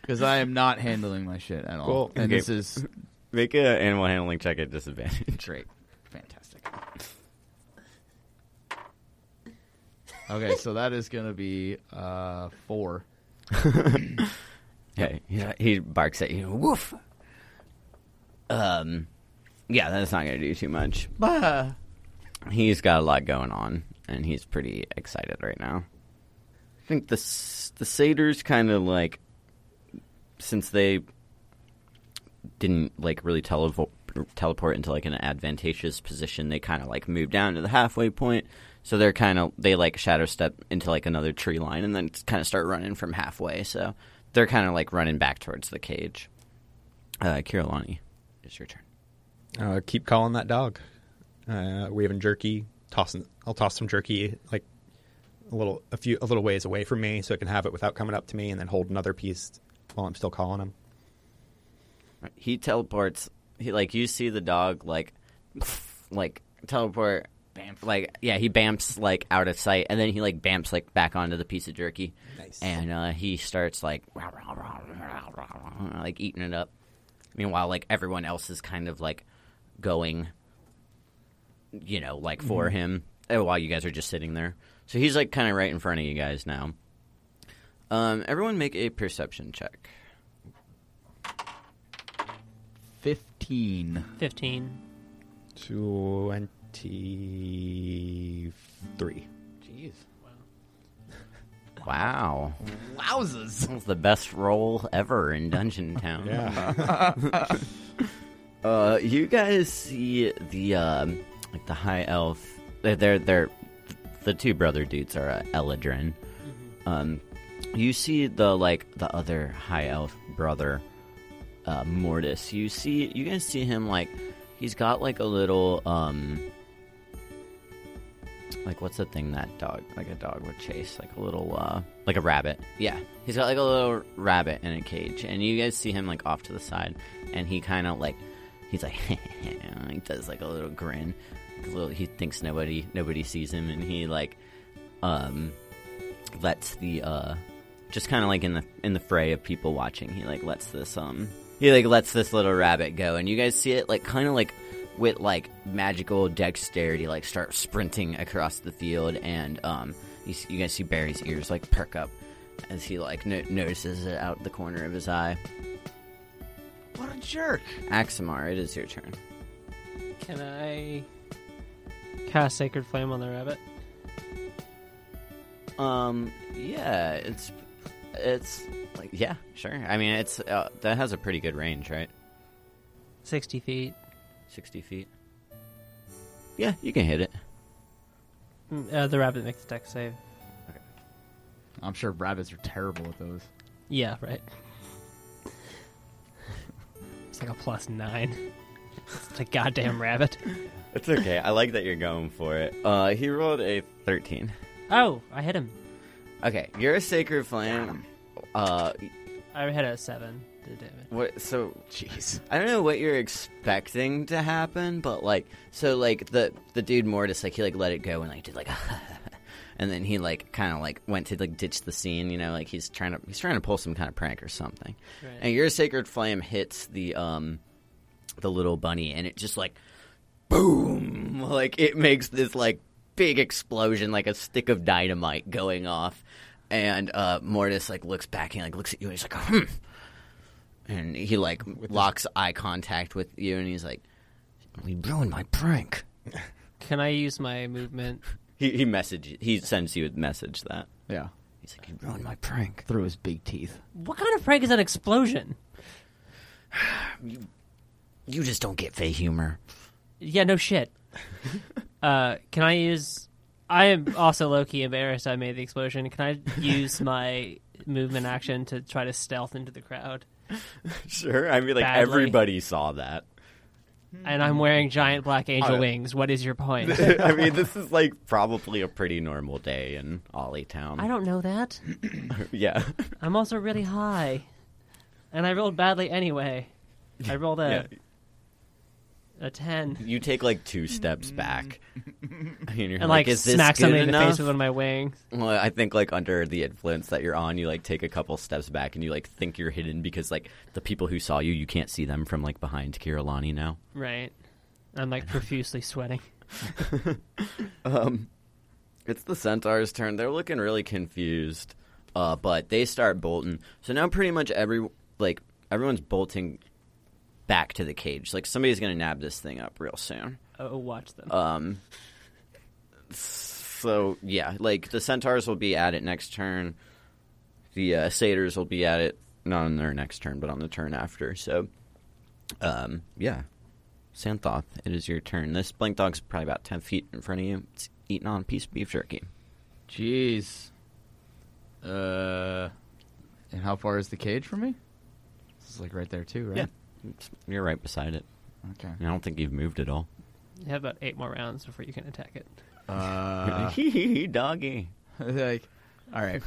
B: Because I am not handling my shit at all,
A: Cool.
B: and
A: Okay.
B: this is
A: make an animal handling check at disadvantage.
B: great, fantastic. Okay, so that is going to be uh, four.
A: Okay, yeah, he barks at you. Woof. Um, yeah, that's not gonna do too much.
B: Bah.
A: He's got a lot going on, and he's pretty excited right now. I think the s- the satyrs kind of like since they didn't like really televo- teleport into like an advantageous position, they kind of like moved down to the halfway point. So they're kind of they like shadow step into like another tree line, and then kind of start running from halfway. So they're kind of like running back towards the cage. Uh, Kirillani, it's your turn.
D: Uh, keep calling that dog. Uh, waving jerky, tossing. I'll toss some jerky like a little, a few, a little ways away from me, so I can have it without coming up to me, and then hold another piece while I'm still calling him.
A: Right. He teleports. He like you see the dog like, like teleport.
B: Bamf.
A: Like yeah, he bamps like out of sight, and then he like bamps like back onto the piece of jerky,
D: Nice.
A: and uh, he starts like rah, rah, rah, rah, rah, rah, like eating it up. Meanwhile, like everyone else is kind of like going, you know, like for him. And while you guys are just sitting there, so he's like kind of right in front of you guys now. Um, everyone make a perception check.
B: 15.
C: 15.
D: 23.
B: Jeez.
A: Wow.
B: Wowzers.
A: That was the best roll ever in Dungeon Town.
D: Yeah.
A: Uh, you guys see the um, like the high elf. They're they're, they're the two brother dudes are uh, Eladrin. Um, you see the like the other high elf brother, uh, Mortis. You see you guys see him like he's got like a little um like what's the thing that dog like a dog would chase like a little uh like a rabbit yeah he's got like a little rabbit in a cage and you guys see him like off to the side and he kind of like he's like he does like a little grin like a little he thinks nobody nobody sees him and he like um lets the uh just kind of like in the in the fray of people watching he like lets this um he like lets this little rabbit go and you guys see it like kind of like with like magical dexterity like start sprinting across the field and um you, s- you guys see barry's ears like perk up as he like no- notices it out the corner of his eye
B: What a jerk.
A: axamar it is your turn
C: Can I cast Sacred Flame on the rabbit?
A: Um, yeah, it's it's like yeah, sure. I mean, it's uh, that has a pretty good range, right?
C: 60 feet.
A: Sixty feet. Yeah, you can hit it.
C: Mm, Uh, the rabbit makes a deck save.
B: I'm sure rabbits are terrible at those.
C: Yeah, right. It's like a plus nine. It's a goddamn rabbit.
A: It's okay. I like that you're going for it. Uh, he rolled a thirteen.
C: Oh, I hit him.
A: Okay, you're a sacred flame. Uh,
C: I hit a seven. The damage.
A: what? So
B: Jeez.
A: I don't know what you're expecting to happen, but like, so like the the dude Mortis, like he like let it go and like did like, and then he like kind of like went to like ditch the scene, you know, like he's trying to he's trying to pull some kind of prank or something.
C: Right.
A: And your sacred flame hits the um the little bunny, and it just like boom, like it makes this like big explosion, like a stick of dynamite going off. And uh, Mortis like looks back and like looks at you, and he's like, hmm and he like locks eye contact with you, and he's like, "You ruined my prank."
C: Can I use my movement?
A: He he message he sends you a message that
B: Yeah.
A: he's like, "You ruined my prank."
B: Through his big teeth.
C: What kind of prank is an explosion?
A: You just don't get Fey humor.
C: Yeah, no shit. uh, can I use? I am also low key embarrassed I made the explosion. Can I use my movement action to try to stealth into the crowd?
A: Sure, I mean like
C: Badly. everybody
A: saw that.
C: And I'm wearing giant black angel
A: Uh,
C: wings. What is your point?
A: I mean, this is like probably a pretty normal day in Ollie Town.
C: I don't know that.
A: Yeah,
C: I'm also really high, and I rolled badly anyway. I rolled a a ten.
A: You take like two steps back, and, you're
C: And like,
A: is this
C: smack
A: good
C: somebody in the
A: enough?
C: face with one of my wings.
A: Well, I think like under the influence that you're on, you like take a couple steps back and you like think you're hidden because like the people who saw you, you can't see them from like behind Kirillani now.
C: Right. I'm like profusely sweating.
A: It's the centaur's turn. They're looking really confused, uh, but they start bolting. So now pretty much every like everyone's bolting back to the cage. Like somebody's gonna nab this thing up real soon.
C: Oh, watch them.
A: Um, so yeah, like the centaurs will be at it next turn. The uh, satyrs will be at it not on their next turn, but on the turn after. So, um, yeah, Santhoth, it is your turn. This blink dog's probably about ten feet in front of you. It's eating on a piece of beef jerky.
B: Jeez. Uh. And how far is the cage from me? This is like right there too, right?
A: It's- you're right beside it.
B: Okay.
A: And I don't think you've moved at all.
C: You have about eight more rounds before you can attack it.
B: Uh,
A: Hee hee hee, doggy.
B: like, all right.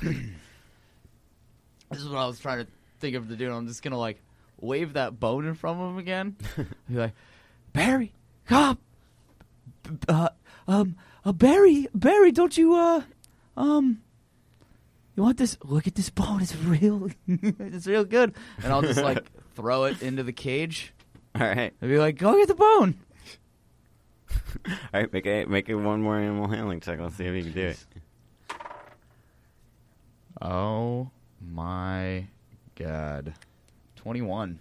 B: this is what I was trying to think of to do. I'm just gonna like wave that bone in front of him again. Be like, Barry, come. B- Uh, um, uh, Barry, Barry, don't you uh, um, you want this? Look at this bone. It's real. it's real good. And I'll just like throw it into the cage
A: All right,
B: and be like, go get the bone.
A: all right. Make it, make it one more animal handling check. Let's see if you can do it.
B: Oh my god. 21.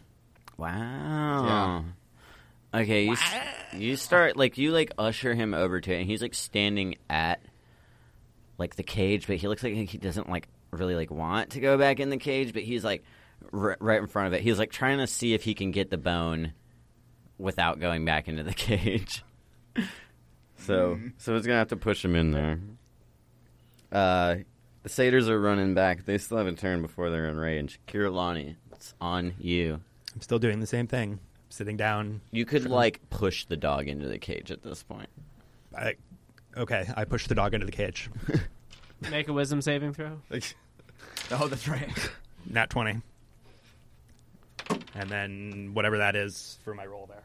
A: Wow. Okay, you, s- you start like you like usher him over to it, and he's like standing at like the cage, but he looks like he doesn't like really like want to go back in the cage, but he's like r- right in front of it. He's like trying to see if he can get the bone without going back into the cage. so so it's gonna have to push him in there. Uh, the satyrs are running back. They still haven't turned before they're in range. Kirlani, it's on you.
D: I'm still doing the same thing. Sitting down.
A: You could like push the dog into the cage at this point.
D: I, okay, I push the dog into the cage.
C: Make a wisdom saving throw.
B: Oh, that's right.
D: Nat 20. And then whatever that is for my roll there.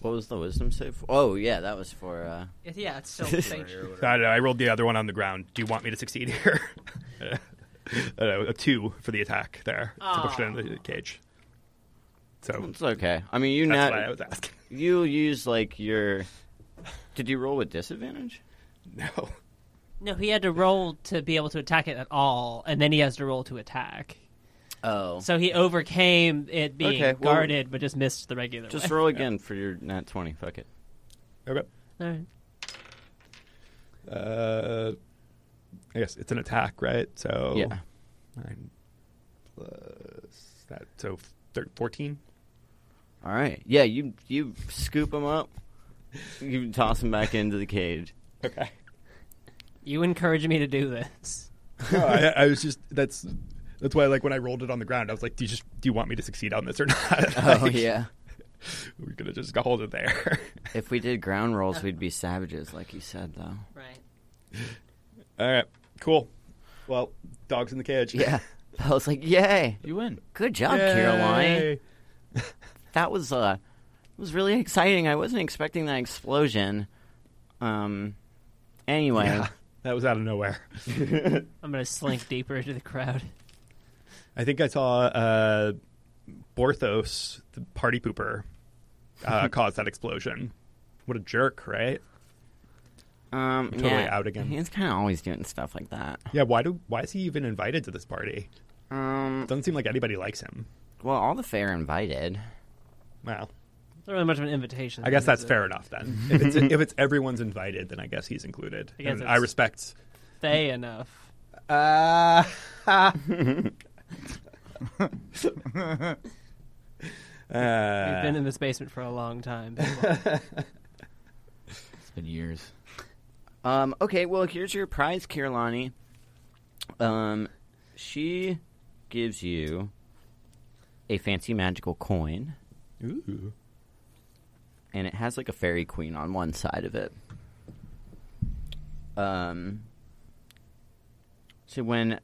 A: What was the wisdom save? For? Oh yeah, that was for. Uh,
C: Yeah, it's still
D: I, don't know, I rolled the other one on the ground. Do you want me to succeed here? I don't know, a two for the attack there to push it into the cage. So
A: it's okay. I mean, you
D: that's
A: not
D: what I was asking.
A: you use like your. Did you roll with disadvantage?
D: No.
C: No, he had to roll to be able to attack it at all, and then he has to roll to attack.
A: Oh,
C: So he overcame it being
A: Okay, well-
C: guarded, but just missed the regular.
A: just
C: way.
A: roll again for your nat twenty. Fuck it.
D: Okay.
C: All right.
D: Uh, I guess it's an attack, right? So
A: Yeah.
D: nine plus that. So thir- fourteen.
A: All right. Yeah, you you scoop him up. You toss him back into the cage.
D: Okay.
C: You encourage me to do this.
D: no, I, I was just that's that's why like when I rolled it on the ground, I was like, do you just do you want me to succeed on this or not?
A: Oh
D: Like,
A: yeah.
D: we could have just hold it there.
A: If we did ground rolls, we'd be savages, like you said, though.
C: Right.
D: All right, cool. Well, dogs in the cage.
A: Yeah. I was like, yay.
B: You win.
A: Good job, Caroline. that was uh it was really exciting. I wasn't expecting that explosion. Um anyway.
D: Yeah, that was out of nowhere.
C: I'm gonna slink deeper into the crowd.
D: I think I saw uh, Borthos, the party pooper, uh, cause that explosion. What a jerk, right?
A: Um
D: Totally
A: yeah,
D: out again.
A: He's kind of always doing stuff like that.
D: Yeah, why do why is he even invited to this party?
A: Um
D: Doesn't seem like anybody likes him.
A: well, all the fair invited.
D: Well,
C: It's not really much of an invitation.
D: I guess that's
C: It's a
D: fair enough then. If it's if it's everyone's invited, then I guess he's included.
C: I guess
D: And I
C: it's-
D: respect.
C: Fey enough.
D: Uh, Uh,
C: We've been in this basement for a long time. people.
B: It's been years.
A: Um okay, well, here's your prize, Kirlani. Um she gives you a fancy magical coin
D: ooh.
A: and it has like a fairy queen on one side of it. Um, so when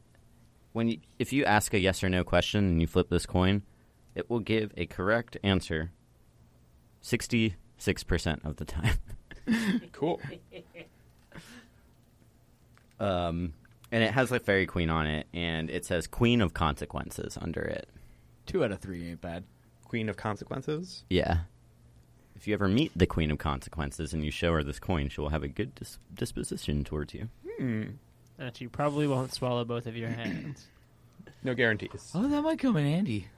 A: when you, if you ask a yes or no question and you flip this coin, it will give a correct answer sixty six percent of the time.
D: Cool.
A: Um, and it has a fairy queen on it, and it says Queen of Consequences under it.
B: Two out of three ain't bad.
D: Queen of consequences.
A: Yeah. If you ever meet the Queen of Consequences and you show her this coin, she will have a good dis- disposition towards you.
C: that you probably won't swallow both of your hands.
D: No guarantees.
B: Oh, that might come in handy.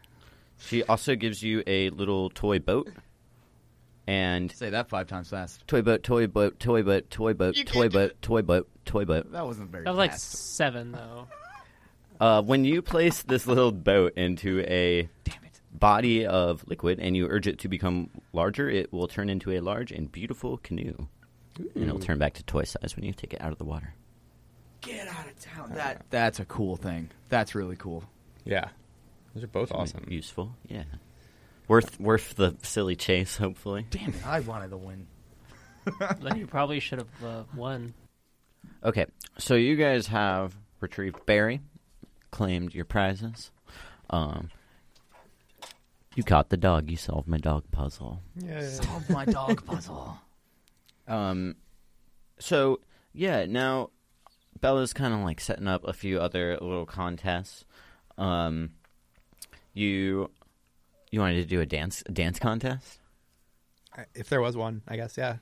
A: She also gives you a little toy boat. And
B: Say that five times fast.
A: toy boat, toy boat, toy boat, toy boat, toy boat, toy boat, toy boat.
B: That wasn't very
C: That was like
B: fast.
C: seven though.
A: Uh, when you place this little boat into a
B: Damn it.
A: body of liquid and you urge it to become larger, it will turn into a large and beautiful canoe. And
D: Mm.
A: it'll turn back to toy size when you take it out of the water.
B: Get out of town. That Uh, that's a cool thing. That's really cool.
D: Yeah, those are both awesome.
A: Useful, yeah. Worth worth the silly chase, hopefully.
B: Damn it, I wanted to win.
C: then you probably should have uh, won.
A: Okay, so you guys have retrieved Barry, claimed your prizes. Um, you caught the dog. You solved my dog puzzle.
D: Yeah.
B: Solve my dog puzzle.
A: Um, so yeah, now Bella's kind of like setting up a few other little contests. Um, you you wanted to do a dance a dance contest?
D: If there was one, I guess. Yeah,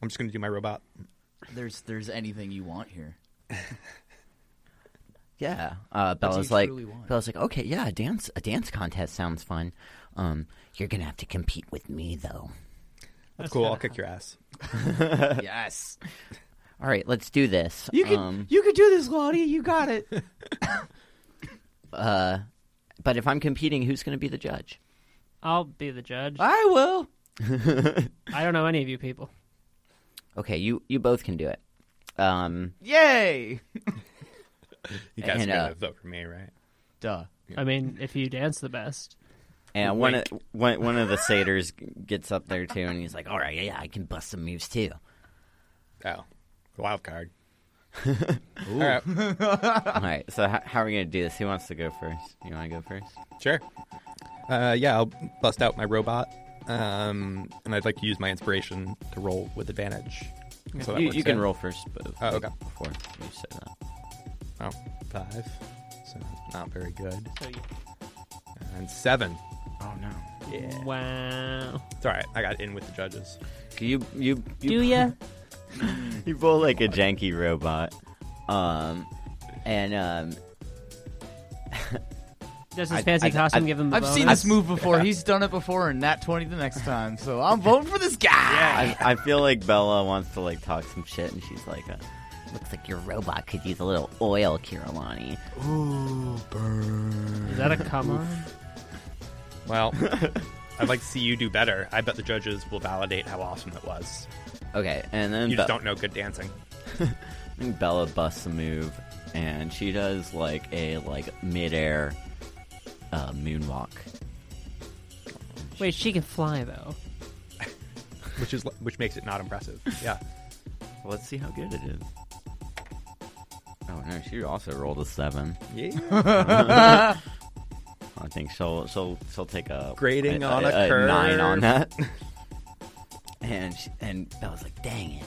D: I'm just gonna do my robot.
B: There's there's anything you want here.
A: Yeah. Uh,
B: do
A: Bella's
B: you
A: like,
B: truly want?
A: Bella's like, okay, yeah, a dance, a dance contest sounds fun. Um, you're gonna have to compete with me though.
D: That's cool. I'll kick your ass.
A: yes. All right, let's do this.
B: You can
A: Um,
B: you can do this, Claudia. You got it.
A: uh, but if I'm competing, who's gonna be the judge?
C: I'll be the judge.
B: I will.
C: I don't know any of you people.
A: Okay, you you both can do it. Um,
B: Yay!
D: You guys
A: And,
D: are gonna
A: uh,
D: vote for me, right?
B: Duh.
C: I mean, if you dance the best.
A: and one of one, one of the satyrs gets up there too, and he's like, all right, yeah, I can bust some moves too.
D: Oh, wild card. All right,
A: All right, so how, how are we gonna do this? Who wants to go first? You want to go first?
D: sure. Uh, yeah, I'll bust out my robot, um, and I'd like to use my inspiration to roll with advantage. So that
A: you
D: works
A: you can
D: out.
A: roll first, but
D: Oh, okay.
A: before you say that.
D: Oh, five. So not very good.
C: So you,
D: And seven.
A: Oh no.
D: Yeah.
C: wow.
D: It's all right. I got in with the judges.
A: You you you
C: Do ya?
A: You roll like a janky robot. Um, and um,
C: Does
A: I-
C: his fancy
A: I-
C: costume
A: I-
C: give him the
B: I've
C: bonus?
B: seen this move before. He's done it before, and nat twenty the next time. So I'm voting for this guy.
A: I, I feel like Bella wants to like talk some shit, and she's like, uh, "Looks like your robot could use a little oil, Kirillani."
C: Is that a come on?
D: Well, I'd like to see you do better. I bet the judges will validate how awesome it was.
A: Okay, and then
D: You just
A: Be-
D: don't know good dancing.
A: then Bella busts a move, and she does like a like midair uh, moonwalk.
C: Wait, she can fly though.
D: which is which makes it not impressive. Yeah.
A: Let's see how good it is. Oh no, she also rolled a seven.
D: Yeah.
A: I think she'll she'll she'll take a
D: Grading
A: a-
D: on a
A: nine
D: curve.
A: on that. and she, and Bella's like, "Dang it!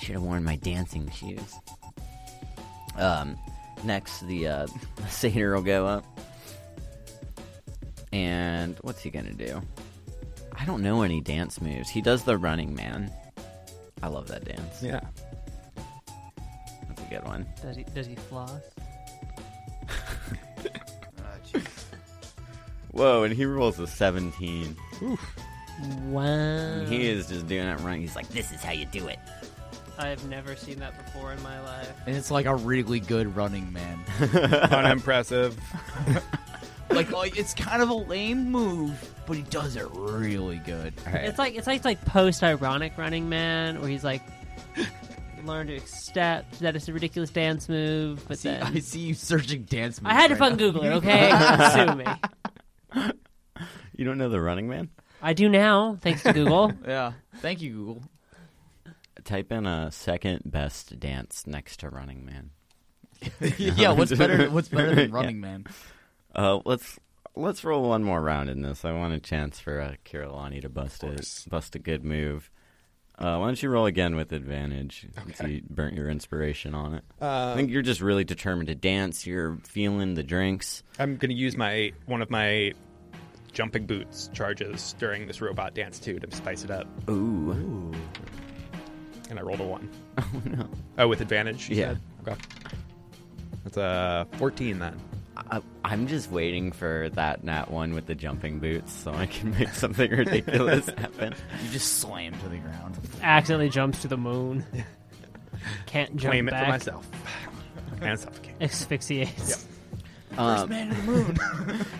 A: Should have worn my dancing shoes." Um, next the uh, satyr will go up, and what's he gonna do? I don't know any dance moves. He does the running man. I love that dance.
D: yeah.
A: That's a good one.
C: Does he? Does he floss?
A: Whoa, and he rolls a seventeen.
C: Wow.
A: He is just doing that running. He's like, "This is how you do it."
C: I have never seen that before in my life.
B: and it's like a really good running man.
D: Unimpressive.
B: like like, it's kind of a lame move, but he does it really good.
A: All right.
C: It's like it's like like post ironic Running Man, where he's like learn to accept that it's a ridiculous dance move, but
B: See,
C: then
B: I see you searching dance moves.
C: I had to
B: right
C: fucking
B: now.
C: Google it. Okay, sue me.
A: You don't know the running man?
C: I do now, thanks to Google.
B: Yeah. Thank you, Google.
A: Type in a second best dance next to Running Man.
B: yeah. What's better? What's better than
A: Yeah.
B: running man?
A: Uh, let's let's roll one more round in this. I want a chance for uh, Kirillani to bust
D: course.
A: a bust a good move. Uh, why don't you roll again with advantage? since
D: Okay.
A: you burnt your inspiration on it. I
D: Uh,
A: think you're just really determined to dance. You're feeling the drinks.
D: I'm gonna use my one of my jumping boots charges during this robot dance too to spice it up,
A: Ooh.
D: and I rolled a one.
A: Oh no.
D: Oh, with advantage. you
A: Yeah.
D: said? Okay. That's a fourteen then.
A: I, I'm just waiting for that nat one with the jumping boots so I can make something ridiculous happen.
B: You just slam to the ground.
C: Accidentally jumps to the moon. Can't jump
D: Claim it
C: back.
D: for myself. and suffocate.
C: Asphyxiates.
A: Um,
B: Man to the moon.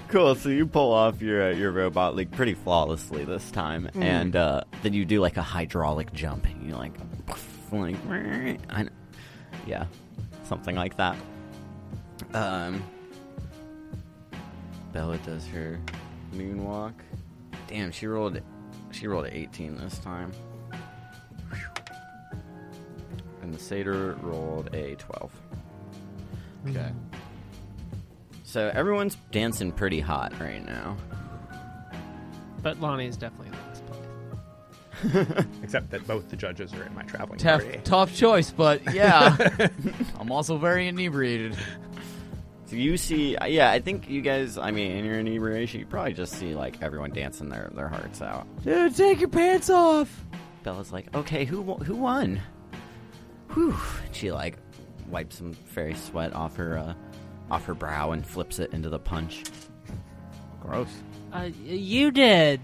A: Cool. So you pull off your uh, your robot like pretty flawlessly this time, and uh, then you do like a hydraulic jump, and you like, like, I, kn- yeah, something like that. Um, Bella does her moonwalk. Damn, she rolled, she rolled an eighteen this time, and the satyr rolled a twelve.
B: okay.
A: So everyone's dancing pretty hot right now.
C: But Lonnie is definitely in this place.
D: Except that both the judges are in my traveling
B: Tough,
D: party.
B: tough choice, but yeah. I'm also very inebriated.
A: So you see, uh, yeah, I think you guys. I mean, in your inebriation, you probably just see like everyone dancing their their hearts out.
B: Dude, take your pants off.
A: Bella's like, "Okay, who wo- who won?" Whew. She like wipes some fairy sweat off her uh, off her brow and flips it into the punch.
B: Gross.
C: Uh, y- you did.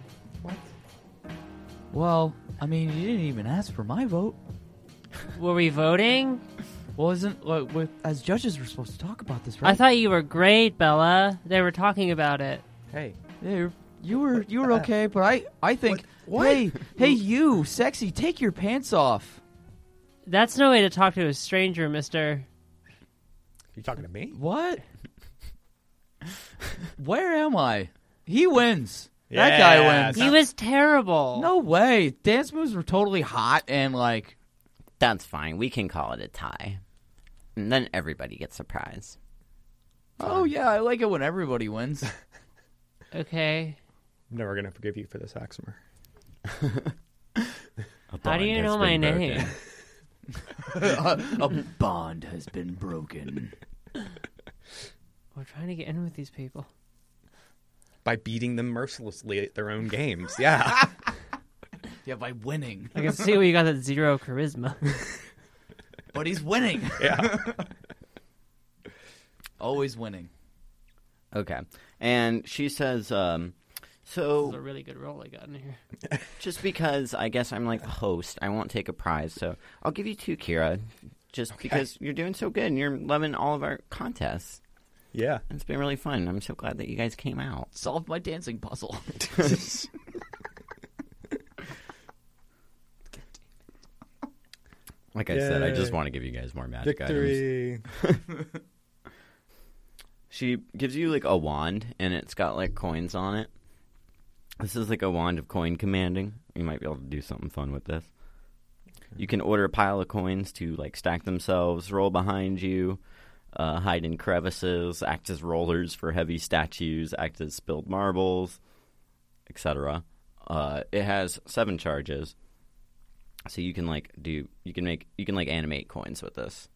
B: Well, I mean, you didn't even ask for my vote.
C: Were we voting?
B: Well, isn't what, what, as judges we're supposed to talk about this, right?
C: I thought you were great, Bella. They were talking about it.
D: Hey,
B: Yeah, you're- you were you were okay, but I I think
D: What?
B: hey hey you sexy take your pants off.
C: That's no way to talk to a stranger, mister.
D: you talking to me?
B: What? Where am I? He wins. That guy
D: Yes.
B: wins.
C: He was terrible.
B: No way. Dance moves were totally hot and like
A: That's fine. We can call it a tie, and then everybody gets a prize.
B: oh yeah, I like it when everybody wins.
C: Okay.
D: I'm never gonna forgive you for this, Axmer.
C: How do you know my name?
B: A bond has been broken.
C: We're trying to get in with these people.
D: By beating them mercilessly at their own games. Yeah.
B: Yeah, by winning.
C: I can see where you got that zero charisma.
B: But he's winning.
D: yeah.
B: Always winning.
A: Okay, and she says, um,
C: This is a
A: so
C: really good roll I got in here.
A: just because I guess I'm like the host, I won't take a prize, so I'll give you two, Kira, just because you're doing so good and you're loving all of our contests.
D: Yeah.
A: It's been really fun. I'm so glad that you guys came out.
B: Solved my dancing puzzle.
A: Like I said, I just
D: Yay.
A: want to give you guys more magic items.
D: Victory.
A: She gives you like a wand, and it's got like coins on it. This is like a wand of coin commanding. You might be able to do something fun with this. You can order a pile of coins to like stack themselves, roll behind you, uh, hide in crevices, act as rollers for heavy statues, act as spilled marbles, etc. Uh, it has seven charges, so you can like do you can make you can like animate coins with this.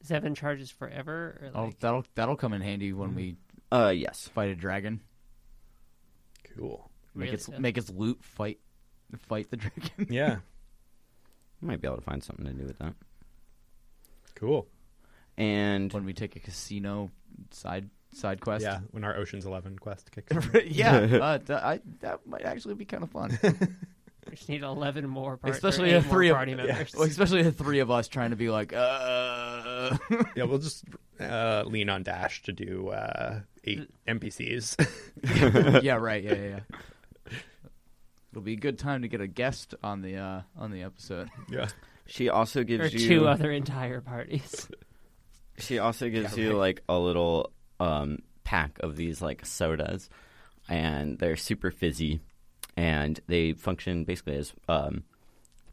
C: Seven charges forever? Or
B: Oh,
C: like,
B: that'll that'll come in handy when we
A: Uh, yes.
B: fight a dragon.
D: Cool.
B: Make
C: Really
B: its
C: does.
B: make its loot fight fight the dragon.
D: Yeah.
A: You might be able to find something to do with that.
D: Cool.
A: And
B: when we take a casino side side quest.
D: Yeah. When our Ocean's Eleven quest kicks in.
B: yeah. Uh, th- I, that might actually be kind of fun,
C: we just need 11 more par- or
B: especially
C: eight
B: the
C: more
B: three of
C: party members.
B: Well, especially the three of us trying to be like, uh,
D: yeah, we'll just uh, lean on Dash to do uh, eight NPCs.
B: yeah, right, yeah, yeah. yeah. It'll be a good time to get a guest on the uh, on the episode.
D: yeah.
A: She also gives
C: Or
A: you
C: two other entire parties.
A: She also gives you like a little um, pack of these like sodas, and they're super fizzy, and they function basically as um,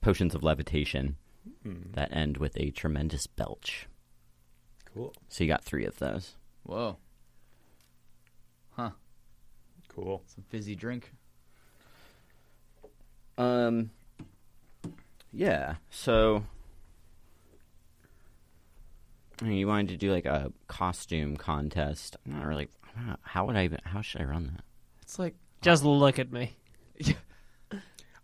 A: potions of levitation that end with a tremendous belch.
D: Cool.
A: So you got three of those.
B: Whoa,
D: Cool.
B: some fizzy drink.
A: Um, yeah. So I mean, you wanted to do like a costume contest. I'm not really. I'm not- How would I even? How should I run that?
B: It's like
C: Just look at me.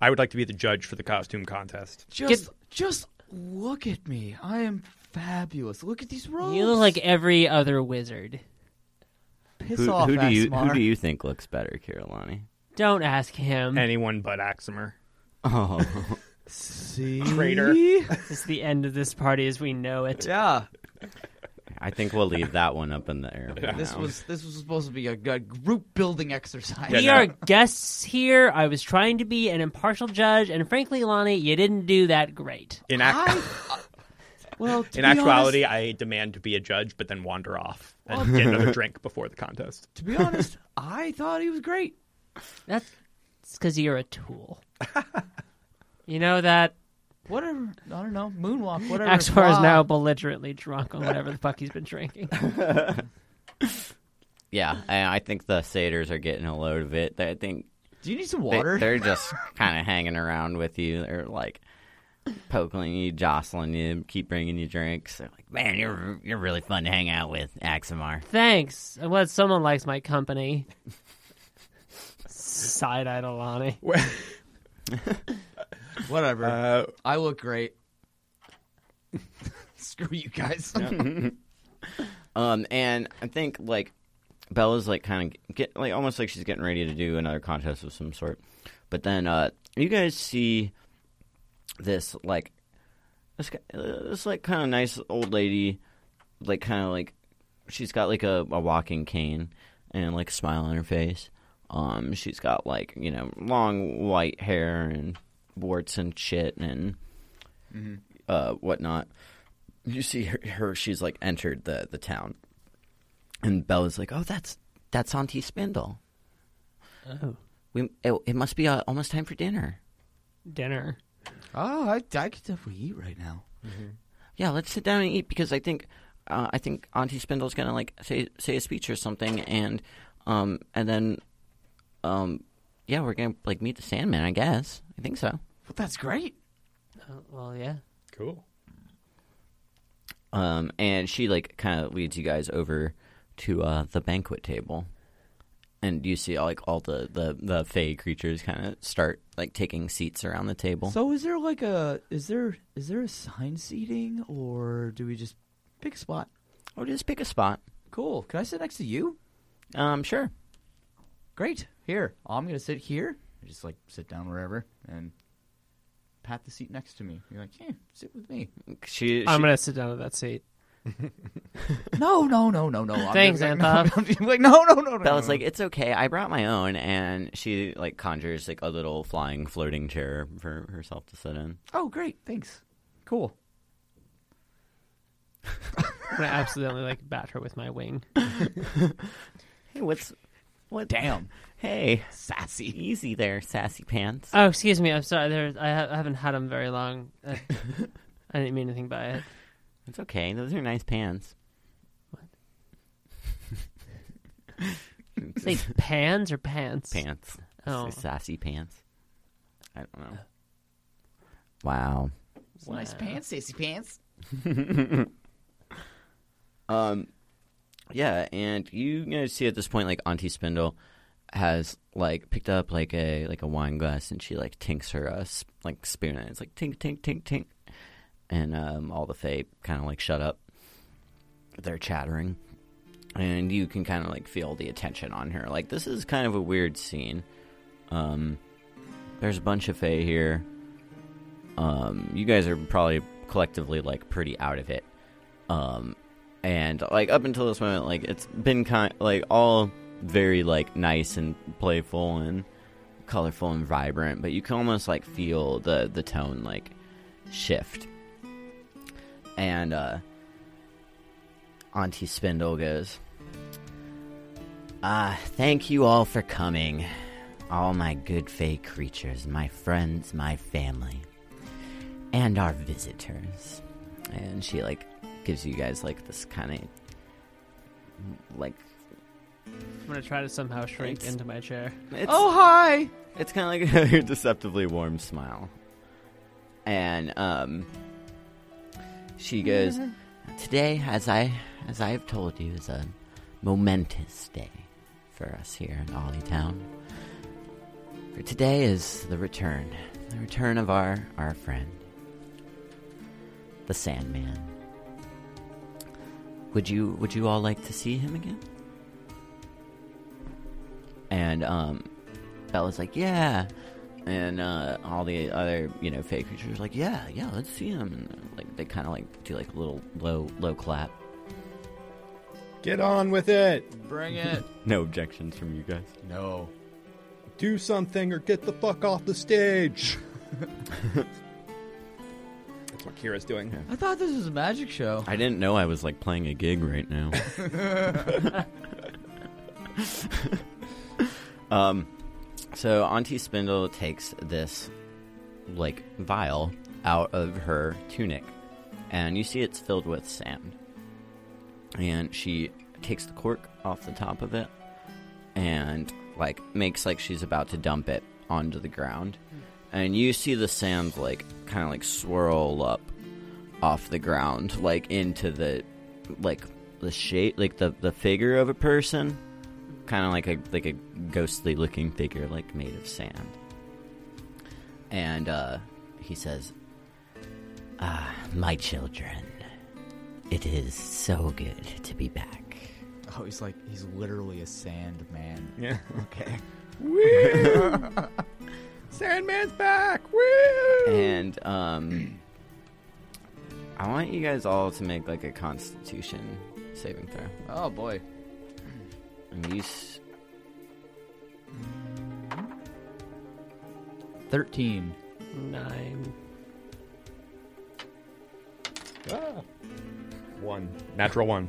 D: I would like to be the judge for the costume contest.
B: just just look at me. I am fabulous. Look at these robes.
C: You look like every other wizard.
B: piss
A: Who,
B: off.
A: who do you
B: Axmar.
A: who do you think looks better, Kirillani?
C: Don't ask him.
D: Anyone but Aximer.
A: Oh,
B: See?
D: Traitor.
C: This is the end of this party as we know it.
B: Yeah,
A: I think we'll leave that one up in the air. for
B: this
A: now.
B: was this was supposed to be a, a group building exercise.
D: Yeah,
C: We
D: no.
C: are guests here. I was trying to be an impartial judge, and frankly, Lonnie, you didn't do that great.
D: In, ac-
B: I- well, to
D: in
B: be
D: actuality,
B: honest-
D: I demand to be a judge, but then wander off and get another drink before the contest.
B: to be honest, I thought he was great.
C: That's because you're a tool. you know that
B: Whatever, I don't know, moonwalk, whatever.
C: Axwar is
B: Blah.
C: now belligerently drunk on whatever the fuck he's been drinking.
A: yeah, I, I think the satyrs are getting a load of it. They, I think
B: Do you need some
A: they,
B: water?
A: are just kind of hanging around with you. They're like poking you, jostling you, keep bringing you drinks. They're like, "Man, you're you're really fun to hang out with, Axamar."
C: Thanks. I'm glad someone likes my company. Side eye to Lonnie.
B: whatever.
D: Uh,
B: I look great. Screw you guys.
A: Um, and I think like Bella's like kind of get like almost like she's getting ready to do another contest of some sort. But then uh, you guys see this like this ki- uh, this like kind of nice old lady, like kind of like she's got like a, a walking cane and like a smile on her face. Um, she's got like you know long white hair and warts and shit and uh, whatnot. You see her, her; she's like entered the the town, and Bella's like, "Oh, that's that's Auntie Spindle.
C: Oh,
A: We it, it must be uh, almost time for dinner.
C: dinner.
B: oh, I, I could definitely eat right now.
A: Yeah, let's sit down and eat because I think uh, I think Auntie Spindle's gonna like say say a speech or something, and um and then um yeah, we're gonna like meet the Sandman. I guess I think so.
B: Well, that's great.
C: Oh, well, yeah.
D: Cool.
A: Um, and she like kind of leads you guys over to uh, the banquet table, and you see like all the the the fey creatures kind of start like taking seats around the table.
B: So is there like a is there is there assigned seating or do we just pick a spot?
A: or Oh, just pick a spot.
B: Cool. Can I sit next to you?
A: Um, sure.
B: Great. Here. I'm gonna sit here. I just like sit down wherever and pat the seat next to me. You're like, hey, sit with me.
A: She. she
C: I'm gonna sit down at that seat.
B: no, no, no, no, no. I'm
C: Thanks,
B: like,
C: Anthov.
B: I'm just like, no, no, no, no.
A: Bella's
B: no,
A: like, it's okay. I brought my own, and she like conjures like a little flying floating chair for herself to sit in.
B: no. oh, great. Thanks. Cool.
C: I'm gonna absolutely like bat her with my wing.
A: Hey, what's what?
B: Damn.
A: Hey,
B: Sassy.
A: easy there, sassy pants.
C: Oh, excuse me. I'm sorry. There, I, ha- I haven't had them very long. Uh, I didn't mean anything by it.
A: It's okay. Those are nice pants.
C: Say pans or pants?
A: pants.
C: Oh.
A: Sassy pants. I don't know. Wow.
C: Wow.
B: Nice pants, sassy pants.
A: Um, yeah, and you know, see at this point, like Auntie Spindle has like picked up like a like a wine glass, and she like tinks her uh, sp- like spoon, and it's like tink tink tink tink, and um, all the Fae kind of like shut up. They're chattering, and you can kind of like feel the attention on her. Like this is kind of a weird scene. Um, there's a bunch of Fae here. Um, you guys are probably collectively like pretty out of it. Um, and like up until this moment, like it's been kind like all very like nice and playful and colorful and vibrant, but you can almost like feel the the tone like shift. And uh, Auntie Spindle goes, "Ah, thank you all for coming, all my good fey creatures, my friends, my family." and our visitors. And she like gives you guys like this kind of like
C: I'm gonna try to somehow shrink
A: Thanks.
C: into my chair.
A: it's,
B: Oh, hi.
A: it's kind of like a deceptively warm smile. And um she goes, "Today as I as I have told you is a momentous day for us here in Ollytown. For today is the return, the return of our our friend, the Sandman. Would you would you all like to see him again?" And um, Bella's like, "Yeah," and uh, all the other you know fake creatures are like, "Yeah, yeah, let's see him." And uh, like they kind of like do like a little low low clap.
D: Get on with it.
B: Bring it.
A: No objections from you guys.
B: no.
D: Do something or get the fuck off the stage. That's what Kira's doing.
B: I thought this was a magic show.
A: I didn't know I was like playing a gig right now. um, so Auntie Spindle takes this like vial out of her tunic, and you see it's filled with sand. And she takes the cork off the top of it, and like makes like she's about to dump it onto the ground, and you see the sand like kind of like swirl up off the ground, like into the like the shape, like the the figure of a person, kind of like a like a ghostly looking figure, like made of sand. And uh, he says, "Ah, my children, It is so good to be back.
B: Oh, he's like he's literally a sand man.
D: Yeah.
B: Okay.
D: Woo! Sandman's back! Woo!
A: And um, I want you guys all to make like a Constitution saving throw.
B: Oh boy.
A: And you, s-
B: Thirteen.
C: Nine.
D: Ah. One. Natural one.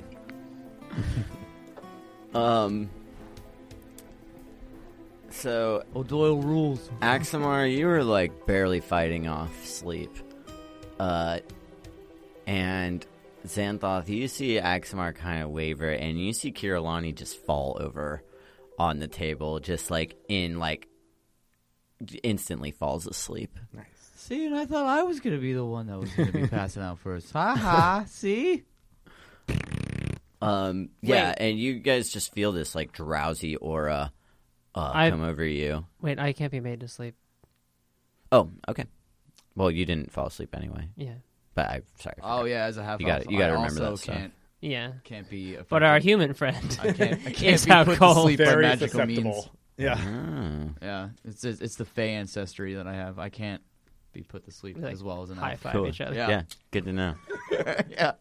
A: um, so
B: Oh, Doyle rules.
A: Axamar, you were like barely fighting off sleep. Uh, and Xanthoth, you see Axamar kind of waver, and you see Kirillani just fall over on the table, just like in like instantly falls asleep.
B: See, and I thought I was gonna be the one that was gonna be passing out first. Ha ha. Uh-huh. See.
A: Um, yeah, and you guys just feel this like drowsy aura uh,
C: I-
A: come over you.
C: Wait, I can't be made to sleep.
A: Oh, okay. Well, you didn't fall asleep anyway,
C: Yeah.
A: but I'm sorry. I
B: Oh
A: forgot.
B: yeah, as a half.
A: You gotta-
B: elf,
A: you gotta
B: I
A: remember
B: also
A: that stuff.
B: Can't,
C: Yeah.
B: can't be.
C: But our
B: affected.
C: human friend.
B: I can't. I can't
C: It's
B: be
C: out
B: put to
C: cold.
B: sleep by
D: Very
B: magical
D: susceptible.
B: means.
D: Yeah.
A: Oh.
B: Yeah, it's it's it's the Fey ancestry that I have. I can't be put to sleep
C: We, like,
B: as well as an
C: High
B: elf.
C: five
A: Cool.
C: each other.
B: Yeah.
A: yeah, good to know.
B: Yeah.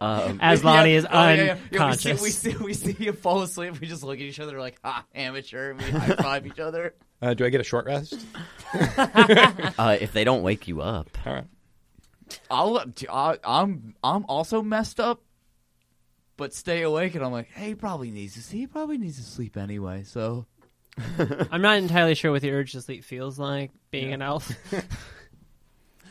A: Um,
C: As Lonnie is
B: Oh, yeah, yeah. Yeah,
C: unconscious.
B: we, see, we see we see you fall asleep. We just look at each other like ah amateur. We high five each other.
D: Uh, do I get a short rest?
A: uh, if they don't wake you up,
D: All right.
B: I'll, uh, I, I'm I'm also messed up, but stay awake. And I'm like, hey, he probably needs to see. He probably needs to sleep anyway. So
C: I'm not entirely sure what the urge to sleep feels like being an elf.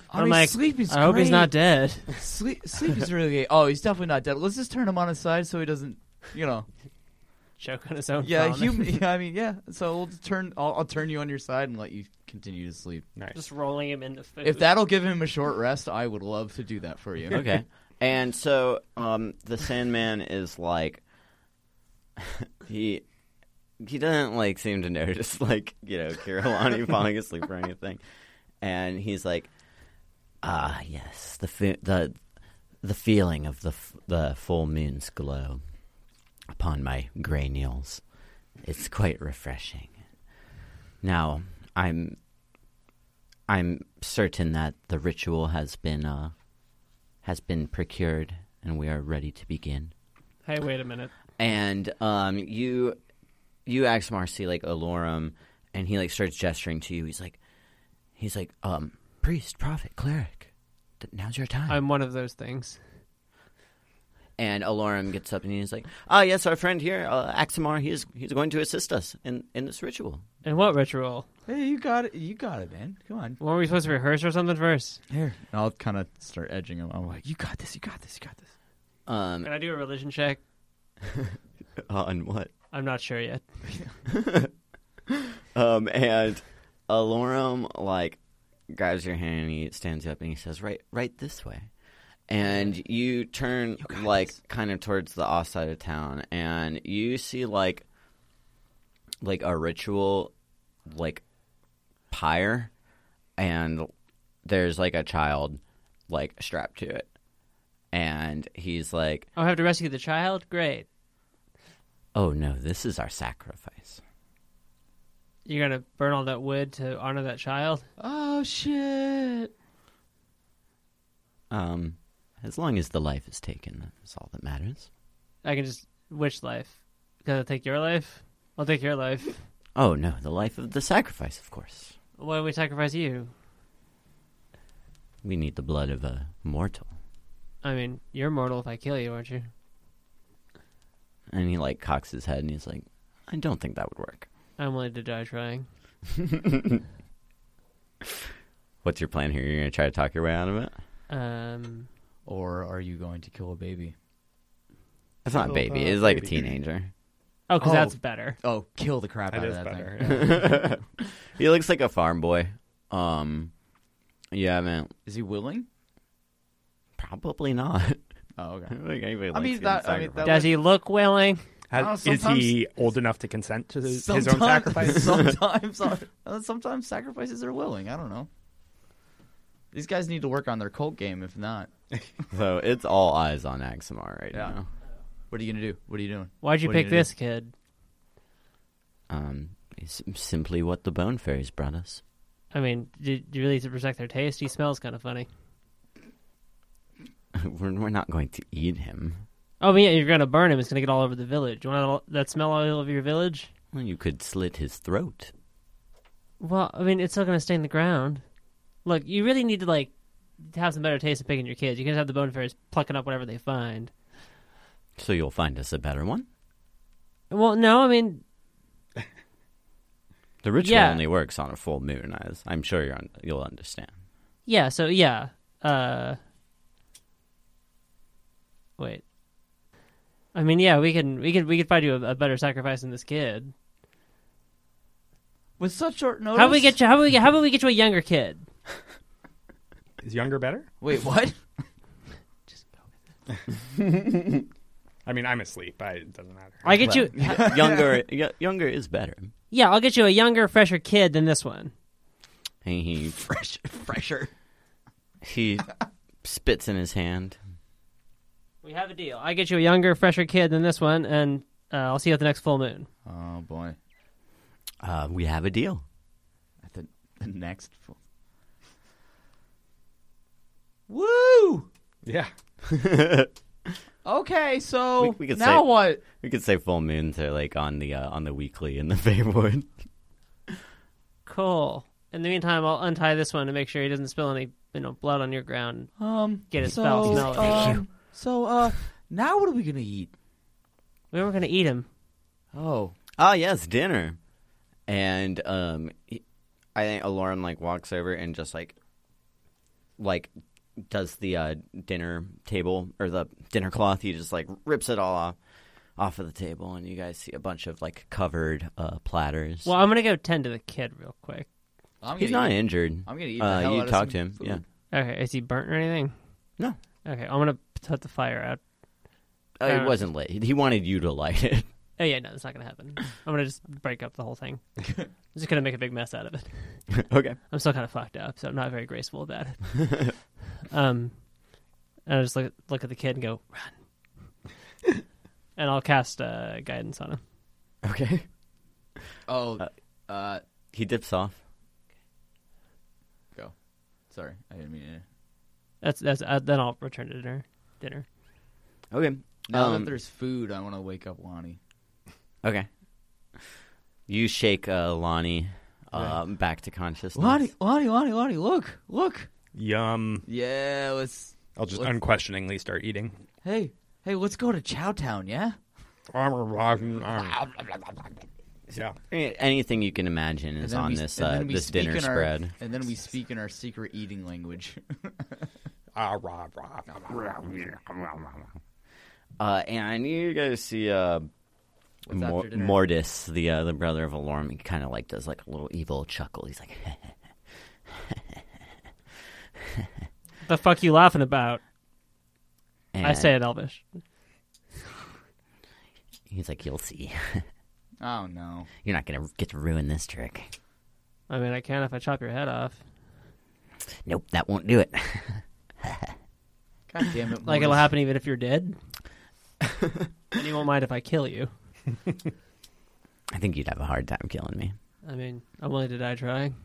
B: I
C: I'm
B: mean,
C: like,
B: sleep is.
C: I hope he's
B: great.
C: not dead.
B: Sleep, sleep is really great. Oh, he's definitely not dead. Let's just turn him on his side so he doesn't. You know,
C: Choke on his own.
B: yeah,
C: vomit.
B: human. Yeah, I mean, yeah. So we'll just turn. I'll, I'll turn you on your side and let you continue to sleep.
D: Nice.
C: Just rolling him into food.
B: If that'll give him a short rest, I would love to do that for you.
A: okay. And so um, the Sandman is like he he doesn't like seem to notice like you know Kirillani falling asleep or anything, and he's like, ah yes, the fe- the the feeling of the f- the full moon's glow upon my granules, it's quite refreshing. Now I'm I'm certain that the ritual has been uh, has been procured, and we are ready to begin.
C: Hey, wait a minute.
A: And um, you, you ask Marcy like Alorum, and he like starts gesturing to you. He's like, he's like, um, priest, prophet, cleric. th- Now's your time.
C: I'm one of those things.
A: and Alorum gets up and he's like, "Ah, yes, our friend here, uh, Axamar. He is he's going to assist us in in this ritual."
C: And what ritual?
B: Hey, you got it. You got it, man. Come on.
C: Weren't we supposed to rehearse or something first?
B: Here. And I'll kind of start edging him. I'm like, you got this. You got this. You got this.
A: Um,
C: Can I do a religion check?
A: on what?
C: I'm not sure yet.
A: Um, and Alorum like grabs your hand and he stands you up and he says, "Right, right this way." And you turn
B: got
A: like
B: this.
A: kind of towards the off side of town, and you see like like a ritual like pyre, and there's like a child like strapped to it, and he's like,
C: Oh, I have to rescue the child? Great.
A: "Oh no, this is our sacrifice."
C: You're going to burn all that wood to honor that child?
B: Oh shit.
A: Um, as long as the life is taken, that's all that matters.
C: I can just. Which life? Can I take your life? I'll take your life.
A: Oh no, the life of the sacrifice, of course.
C: Why don't we sacrifice you?
A: We need the blood of a mortal.
C: I mean, you're mortal if I kill you, aren't you?
A: And he like cocks his head and he's like, I don't think that would work.
C: I'm willing to die trying.
A: What's your plan here? You're gonna try to talk your way out of it?
C: Um,
B: Or are you going to kill a baby?
A: It's not a
D: Oh,
A: baby,
D: uh,
A: it's like
D: baby.
A: a teenager.
C: oh, because
B: Oh.
C: that's better.
B: Oh, kill the crap
D: That
B: out of
D: is
B: that
D: better.
B: thing.
D: yeah.
A: he looks like a farm boy. Um You haven't
B: Is he willing?
A: probably not.
B: Oh, okay.
A: I don't think anybody likes
B: mean,
A: getting
B: that- I mean,
A: sacrificed.
B: that-
C: Does he look willing?
D: Has,
B: Oh,
D: is he old enough to consent to his, his own
B: Sometime-
D: sacrifice?
B: sometimes, uh, sometimes sacrifices are willing. I don't know. These guys need to work on their cult game. If not,
A: so it's all eyes on Axamar right
B: Yeah.
A: now.
B: What are you gonna do? What are you doing?
C: Why'd you
B: What are
C: pick
B: gonna
C: this
B: do?
C: kid?
A: Um, it's simply what the Bone Fairies brought us.
C: I mean, did you really to protect their taste? He smells kind of funny.
A: we're, we're not going to eat him.
C: Oh, but yeah, you're gonna burn him. It's gonna get all over the village. You want all- that smell all over your village?
A: Well, you could slit his throat.
C: Well, I mean, it's still gonna stain the ground. Look, you really need to like have some better taste in picking your kids. You can just have the bone fairies plucking up whatever they find.
A: So you'll find us a better one.
C: Well, no, I mean,
A: The ritual
C: Yeah.
A: only works on a full moon, as I'm sure you're un- you'll understand.
C: yeah. So yeah. Uh, wait. I mean, yeah, we can we can we could probably do a, a better sacrifice than this kid.
B: With such short notice.
C: How about we get you? How about we get? How about we get you a younger kid?
D: Is younger better?
B: Wait, what?
D: I mean, I'm asleep. I, it doesn't matter.
C: I get you.
A: younger, y- younger is better.
C: Yeah, I'll get you a younger, fresher kid than this one.
A: He he,
B: Fresh, fresher.
A: he spits in his hand.
C: We have a deal. I get you a younger, fresher kid than this one, and uh, I'll see you at the next full moon.
B: Oh boy,
A: Uh, we have a deal.
B: at the, the next. Full... Woo!
D: Yeah.
B: Okay, so
A: We- we could
B: now
A: say-
B: what?
A: We could say full moons are like on the uh, on the weekly in the Feywood.
C: Cool. In the meantime, I'll untie this one to make sure he doesn't spill any you know, blood on your ground.
B: Um,
C: Get his
B: so,
C: spell, smell it. Thank
B: um, So, uh, now what are we gonna eat?
C: We were going to eat him.
B: Oh,
A: Ah, yes, dinner. And um, he- I think Alarm like walks over and just like, like, does the uh, dinner table or the dinner cloth. He just like rips it all off off of the table, and you guys see a bunch of like covered uh, platters.
C: Well, I'm going to go tend to the kid real quick.
B: I'm
A: he's
B: gonna
A: not
B: eat.
A: injured.
B: I'm gonna eat.
A: Uh,
B: the hell
A: you
B: out of
A: talk
B: some
A: to him,
B: food.
A: yeah.
C: Okay, is he burnt or anything?
A: No,
C: Okay, I'm going to put the fire out.
A: uh, it
C: Uh,
A: wasn't late. He wanted you to light it.
C: Oh, yeah, no, that's not going to happen. I'm going to just break up the whole thing. I'm just going to make a big mess out of it.
A: okay.
C: I'm still kind of fucked up, so I'm not very graceful about it. um, and I just look look at the kid and go run, and I'll cast uh, guidance on him.
A: Okay.
B: Oh,
A: Uh,
B: uh,
A: He dips off.
B: go. Sorry, I didn't mean to.
C: That's that's uh, then I'll return to dinner. Dinner.
A: Okay.
B: Now
A: Um,
B: that there's food, I want to wake up Lonnie.
A: Okay. You shake uh, Lonnie uh, back to consciousness.
B: Lonnie, Lonnie, Lonnie, look, look.
D: Yum.
B: Yeah, let's.
D: I'll just
B: Let's-
D: unquestioningly start eating.
B: Hey, hey, let's go to Chowtown, yeah?
D: yeah.
A: Eh, Anything you can imagine is
B: then
A: on
B: we-
A: this
B: and
A: uh,
B: then we
A: this
B: speak
A: dinner
B: in our-
A: spread.
B: and then we speak in our secret eating language.
D: Ah, rah, rah.
A: Uh, and you guys see uh,
B: What's
A: Mor-
B: after dinner?
A: Mortis, the uh, the brother of Alarm. He kind of like does like a little evil chuckle. He's like,
C: The fuck you laughing about? I
A: and
C: say it Elvish.
A: He's like, you'll see.
B: Oh no.
A: You're not gonna get to ruin this trick.
C: I mean, I can if I chop your head off.
A: Nope, that won't do it.
B: God damn it.
C: Like it'll
B: Mortis.
C: happen even if you're dead. and you won't mind if I kill you.
A: I think you'd have a hard time killing me.
C: I mean, I'm willing to die trying.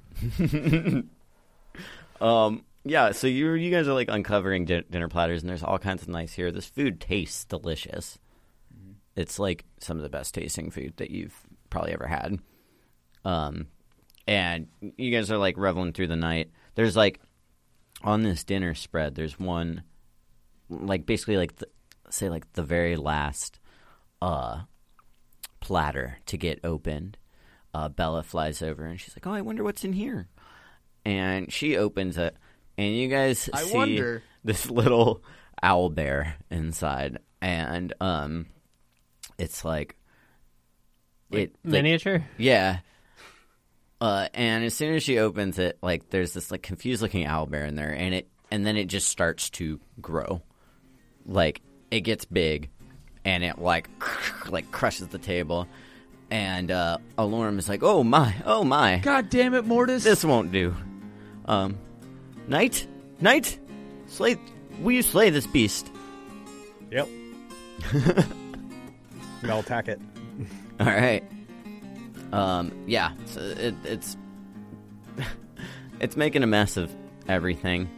A: Um, yeah, so you you guys are like uncovering di- dinner platters, and there's all kinds of nice here. This food tastes delicious. It's like some of the best tasting food that you've probably ever had. Um, and you guys are like reveling through the night. There's like on this dinner spread. There's one like basically like the, say like the very last uh platter to get opened. Uh, Bella flies over and she's like, "Oh, I wonder what's in here." And she opens it, and you guys
B: I
A: see
B: wonder.
A: this little owl bear inside, and um, it's like it like-
C: Miniature.
A: yeah. Uh, and as soon as she opens it, like there's this like confused looking owlbear in there, and it and then it just starts to grow, like it gets big, and it like like crushes the table, and uh, Alarm is like, oh my, oh my,
B: God damn it, Mortis.
A: this won't do. Um, knight, knight, slay, Will you slay this beast?
D: Yep. and I'll attack it.
A: All right. Um, yeah, so it, it's it's making a mess of everything.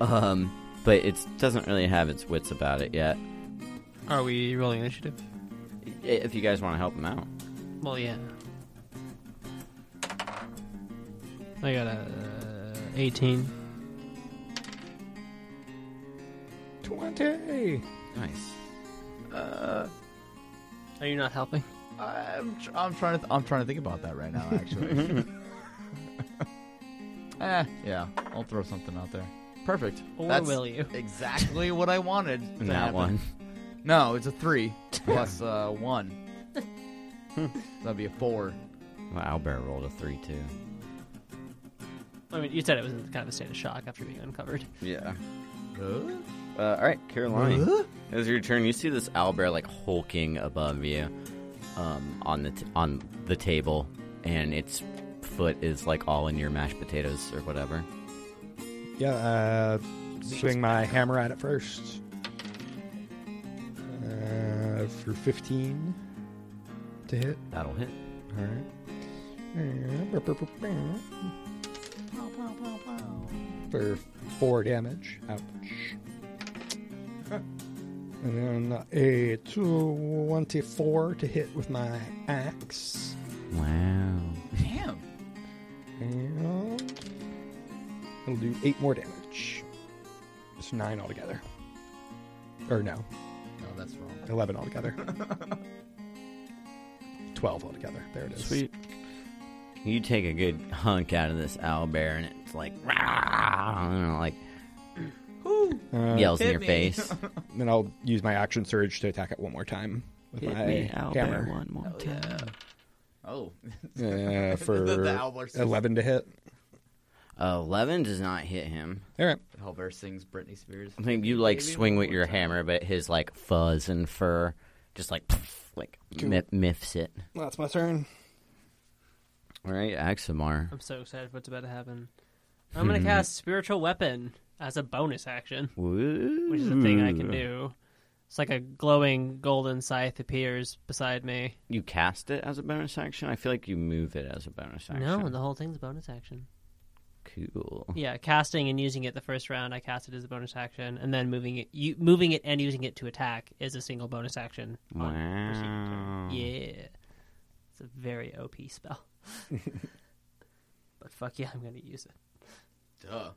A: Um, but it doesn't really have its wits about it yet.
E: Are we rolling initiative?
A: I- If you guys want to help him out,
E: Well, yeah.
C: I got a uh, 18.
D: 20!
A: nice.
C: Are you not helping?
B: I'm, tr- I'm trying to th- I'm trying to think about that right now. Actually. eh, yeah. I'll throw something out there. Perfect.
C: Or
B: That's
C: will you?
B: exactly what I wanted. to
A: And that
B: happen.
A: one.
B: No, it's a three plus uh, one. That'd be a four.
A: Well, Albert rolled a three too.
C: I mean, you said it was in kind of a state of shock after being uncovered.
A: Yeah.
B: Huh?
A: Uh, all right, Caroline.
B: Huh?
A: It was your turn. You see this owlbear like hulking above you, um, on the t- on the table, and its foot is like all in your mashed potatoes or whatever.
D: Yeah, uh, swing my hammer at it first. Uh, for 15 to hit.
A: That'll hit.
D: All right. For four damage. Ouch. And then a 24 to hit with my axe.
A: Wow.
B: Damn.
D: And it'll do eight more damage. It's nine altogether. Or no,
B: No, that's wrong.
D: 11 altogether. 12 altogether. There it is.
A: You take a good hunk out of this owlbear, and it's like, "Rah!" you know, like
D: Uh,
A: yells in
B: hit
A: your
B: me.
A: face.
D: Then I'll use my action surge to attack it one more time with
A: hit
D: my
A: me, owlbear,
D: hammer
A: one more
B: Oh,
A: time.
B: yeah. Oh.
D: uh, for
B: The- the owlbear sings-
D: 11 to hit.
A: Uh, Eleven does not hit him.
D: All right.
B: Helber sings Britney Spears.
A: I think you like
B: Maybe
A: swing
B: one
A: with
B: more
A: your
B: time.
A: hammer, but his like fuzz and fur just like pff, like
D: Cool.
A: mi- miffs it.
D: Well, that's my turn.
A: All right, Axamar.
C: I'm so excited for what's about to happen. I'm
E: Hmm.
C: gonna cast spiritual weapon as a bonus action,
A: Woo.
C: which is a thing I
E: Hmm.
C: can do. It's like a glowing golden scythe appears beside me.
A: You cast it as a bonus action. I feel like you move it as a bonus action.
C: No, the whole thing's a bonus action.
A: cool.
C: Yeah, casting and using it the first round, I cast it as a bonus action, and then moving it, you, moving it and using it to attack is a single bonus action. on received turn.
A: Wow.
C: Yeah, it's a very OP spell. but fuck yeah, I'm gonna use it.
B: Duh.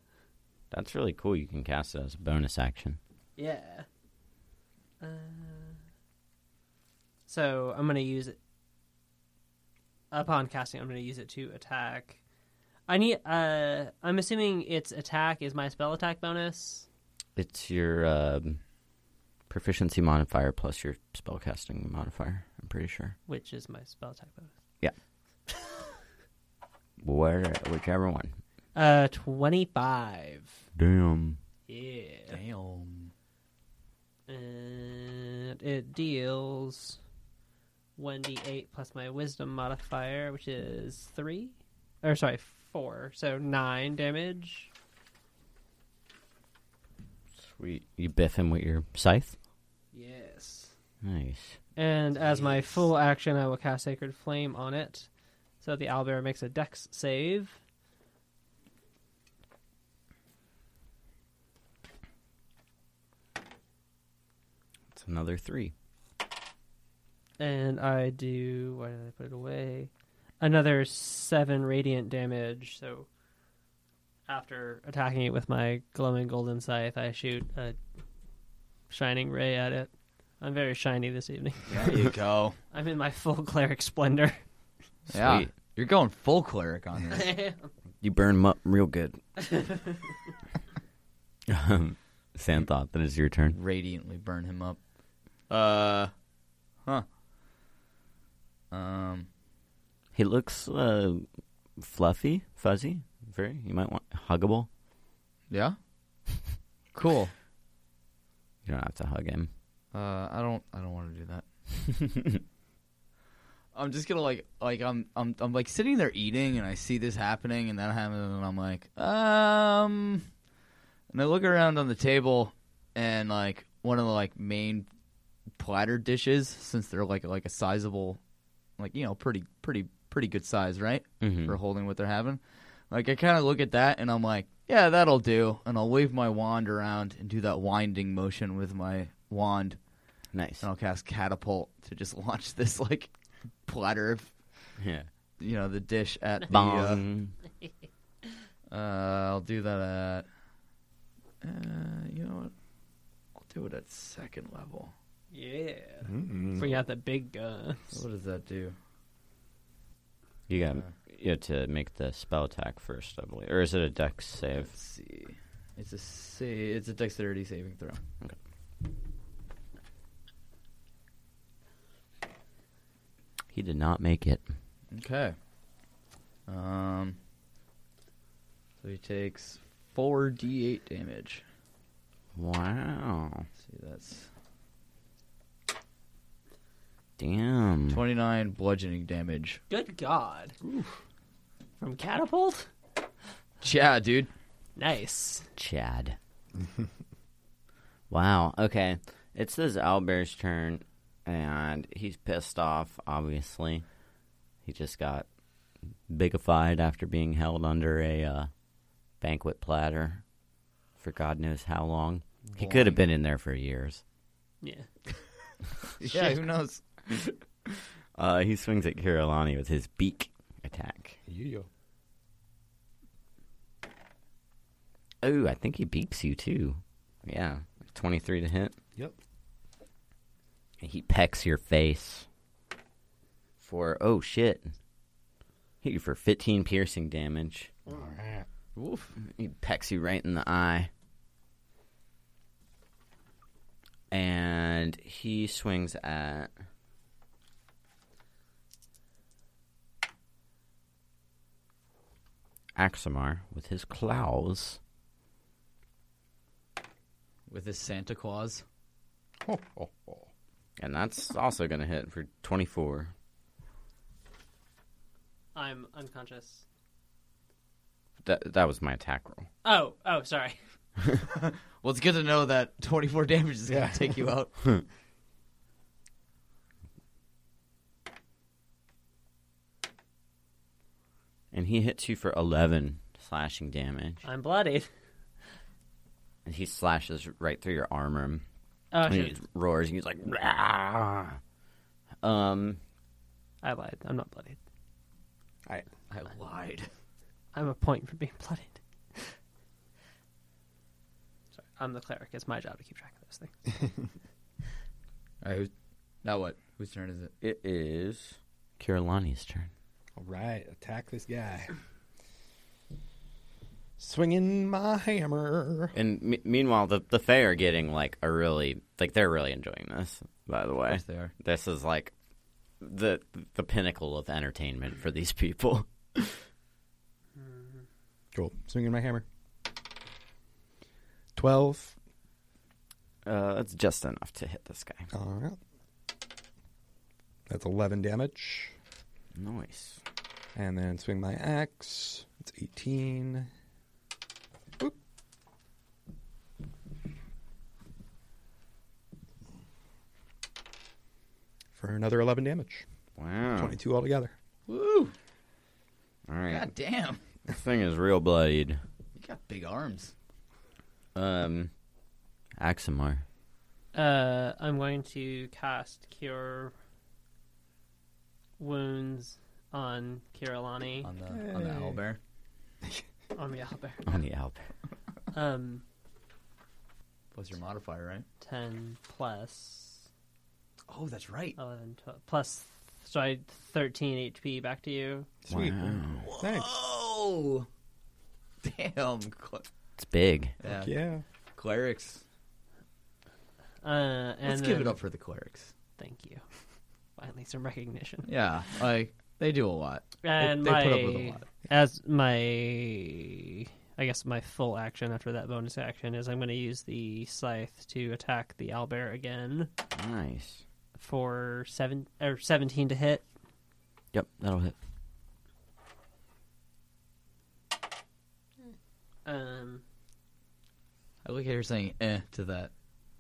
A: That's really cool. You can cast it as a bonus action.
C: Yeah. Uh, so I'm gonna use it. Upon casting, I'm gonna use it to attack. I need. Uh, I'm assuming its attack is my spell attack bonus.
A: It's your um, proficiency modifier plus your spellcasting modifier. I'm pretty sure.
C: Which is my spell attack bonus.
A: Where, whichever one.
C: Uh, twenty-five.
A: Damn.
C: Yeah.
B: Damn.
C: And it deals one d8 plus my wisdom modifier, which is three, or sorry, four. So nine damage.
A: Sweet. You biff him with your scythe.
C: Yes.
A: Nice.
C: And as my full action, I will cast Sacred Flame on it. So the owlbear makes a dex save.
A: It's another three.
C: And I do. Why did I put it away? Another seven radiant damage. So after attacking it with my glowing golden scythe, I shoot a shining ray at it. I'm very shiny this evening.
B: There you go.
C: I'm in my full cleric splendor.
B: Yeah.
A: Sweet.
B: You're going full cleric on this.
A: You burn him up real good. um, Sandthought, that is your turn.
B: Radiantly burn him up. Uh. Huh. Um.
A: He looks uh, fluffy, fuzzy, very. You might want huggable.
B: Yeah? Cool.
A: You don't have to hug him.
B: Uh, I don't. I don't want to do that. I'm just gonna like, like I'm, I'm, I'm like sitting there eating, and I see this happening, and that happens, and I'm like, um, and I look around on the table, and like one of the like main platter dishes since they're like like a sizable like you know pretty pretty pretty good size right
A: Mhm.
B: for holding what they're having like i kind of look at that and i'm like yeah that'll do and i'll wave my wand around and do that winding motion with my wand
A: Nice.
B: and i'll cast catapult to just launch this like platter of
A: Yeah.
B: you know the dish at the uh,
A: Bong.
B: uh, I'll do that at. Uh, you know what? I'll do it at second level.
E: Yeah.
D: Mm-hmm.
C: Bring out the big guns.
B: So what does that do?
A: You got you have to make the spell attack first, I believe, or is it a Dex save?
B: Let's see. It's a sa- It's a dexterity saving throw.
A: Okay. He did not make it.
B: Okay. Um. So he takes four d8 damage.
A: Wow.
B: see, that's
A: Damn.
B: twenty-nine bludgeoning damage.
C: Good God. From catapult?
B: Yeah, dude.
C: Nice.
A: Chad. wow. Okay. It says Albert's turn, and he's pissed off, obviously. He just got bigified after being held under a uh, banquet platter for God knows how long. He could have been in there for years.
C: Yeah.
B: Yeah, who knows?
A: Uh, he swings at Kirillani with his beak attack.
D: You.
A: Oh, I think he beaks you too. Yeah. 23 to hit.
D: Yep.
A: And he pecks your face for oh shit. Hit you for fifteen piercing damage.
B: Oof.
A: He pecks you right in the eye. And he swings at Axamar with his claws.
B: With his Santa Claus.
A: And that's also gonna hit for twenty four.
C: I'm unconscious.
A: That that was my attack roll.
C: Oh, oh, sorry.
B: Well, it's good to know that 24 damage is going to take you out.
A: And he hits you for eleven slashing damage.
C: I'm bloodied.
A: And he slashes right through your armor.
C: Oh,
A: And he
C: shoot.
A: just roars and he's like, "Rah!" um,
C: I lied. I'm not bloodied.
D: I,
B: I lied.
C: I'm a point for being bloodied. sorry. I'm the cleric. It's my job to keep track of those things.
B: All right, who's, now what? Whose turn is it?
A: it is Kirillani's turn.
D: all right, attack this guy. Swinging my hammer.
A: And me- meanwhile, the the Fae are getting like a really like they're really enjoying this. By the way,
B: course they are.
A: This is like the the pinnacle of entertainment for these people.
D: Cool. Swinging my hammer. Twelve.
A: Uh, that's just enough to hit this guy.
D: All right. That's eleven damage.
A: Nice.
D: And then swing my axe. It's 18. Boop. For another 11 damage.
B: Oh.
A: Wow.
D: 22 altogether.
B: Woo!
A: All right.
B: God damn.
A: This thing is real bloodied.
B: You got big arms.
A: Um, Axamar.
C: Uh, I'm going to cast Cure Wounds on Kirillani.
B: On the, on the
D: Hey.
B: owlbear.
C: on the owlbear.
A: on the Albert.
C: Um,
B: Plus your modifier, right?
C: 10 plus
B: Oh, that's right.
C: 11, 12, plus, so I 13 HP back to you.
D: Sweet. Thanks.
B: Oh! Damn. Cl-
A: It's big.
B: yeah.
D: Yeah.
B: Clerics.
C: Uh, and
B: Let's give it
C: then-
B: up for the clerics.
C: Thank you. Finally, some recognition.
B: Yeah, like, they do a lot.
C: And
B: they
C: my,
B: put up with a lot.
C: as my, I guess my full action after that bonus action is I'm going to use the scythe to attack the owlbear again
A: Nice.
C: for seven or 17 to hit.
A: Yep, that'll hit.
C: Um, Um,
B: I look at her saying eh to that.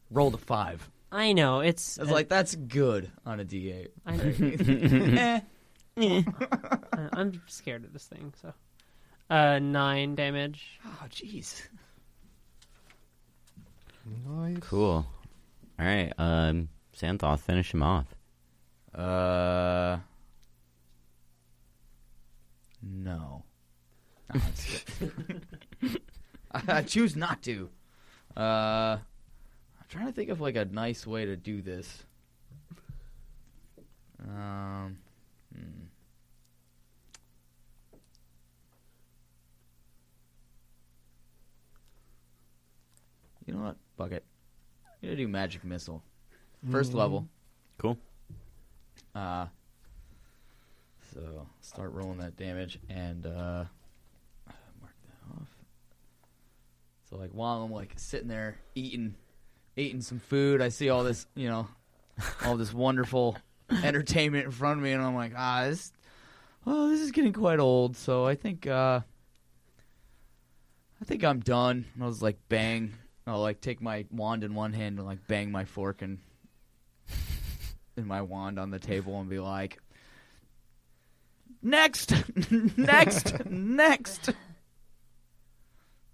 B: Roll to five.
C: I know it's
B: I was like, that's good on a D8.
C: I know.
B: Eh.
C: I- uh, I'm scared of this thing. So, uh, nine damage.
B: Oh, jeez.
A: Cool. All right, um, Santhoth, finish him off.
B: Uh, no. Nah, it's good. I choose not to. Uh, I'm trying to think of like a nice way to do this. Um, hmm. you know what? Fuck it. I'm gonna do magic missile. 1st level.
A: Cool.
B: Uh, so start rolling that damage and uh, mark that off. So like while I'm like sitting there eating, eating some food, I see all this, you know, all this wonderful entertainment in front of me, and I'm like, ah, this, well, this is getting quite old. So I think, uh, I think I'm done. And I was like, bang. I'll like take my wand in one hand and like bang my fork and in my wand on the table and be like, "Next, next, next."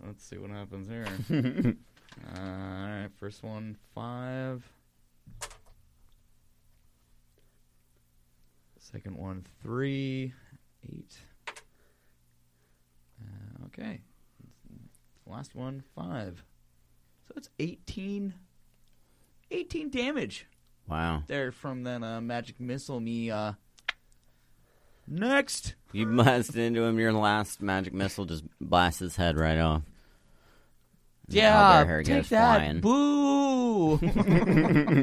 B: Let's see what happens here. uh, all right, first one five. Second one three, eight. Uh, okay, last one five. So it's 18, 18 damage
A: Wow.
B: there from that uh, magic missile me uh next
A: You blasted into him. Your last magic missile just blasts his head right off. And the
B: yeah
A: owlbear hair
B: take
A: goes
B: that
A: flying.
B: boo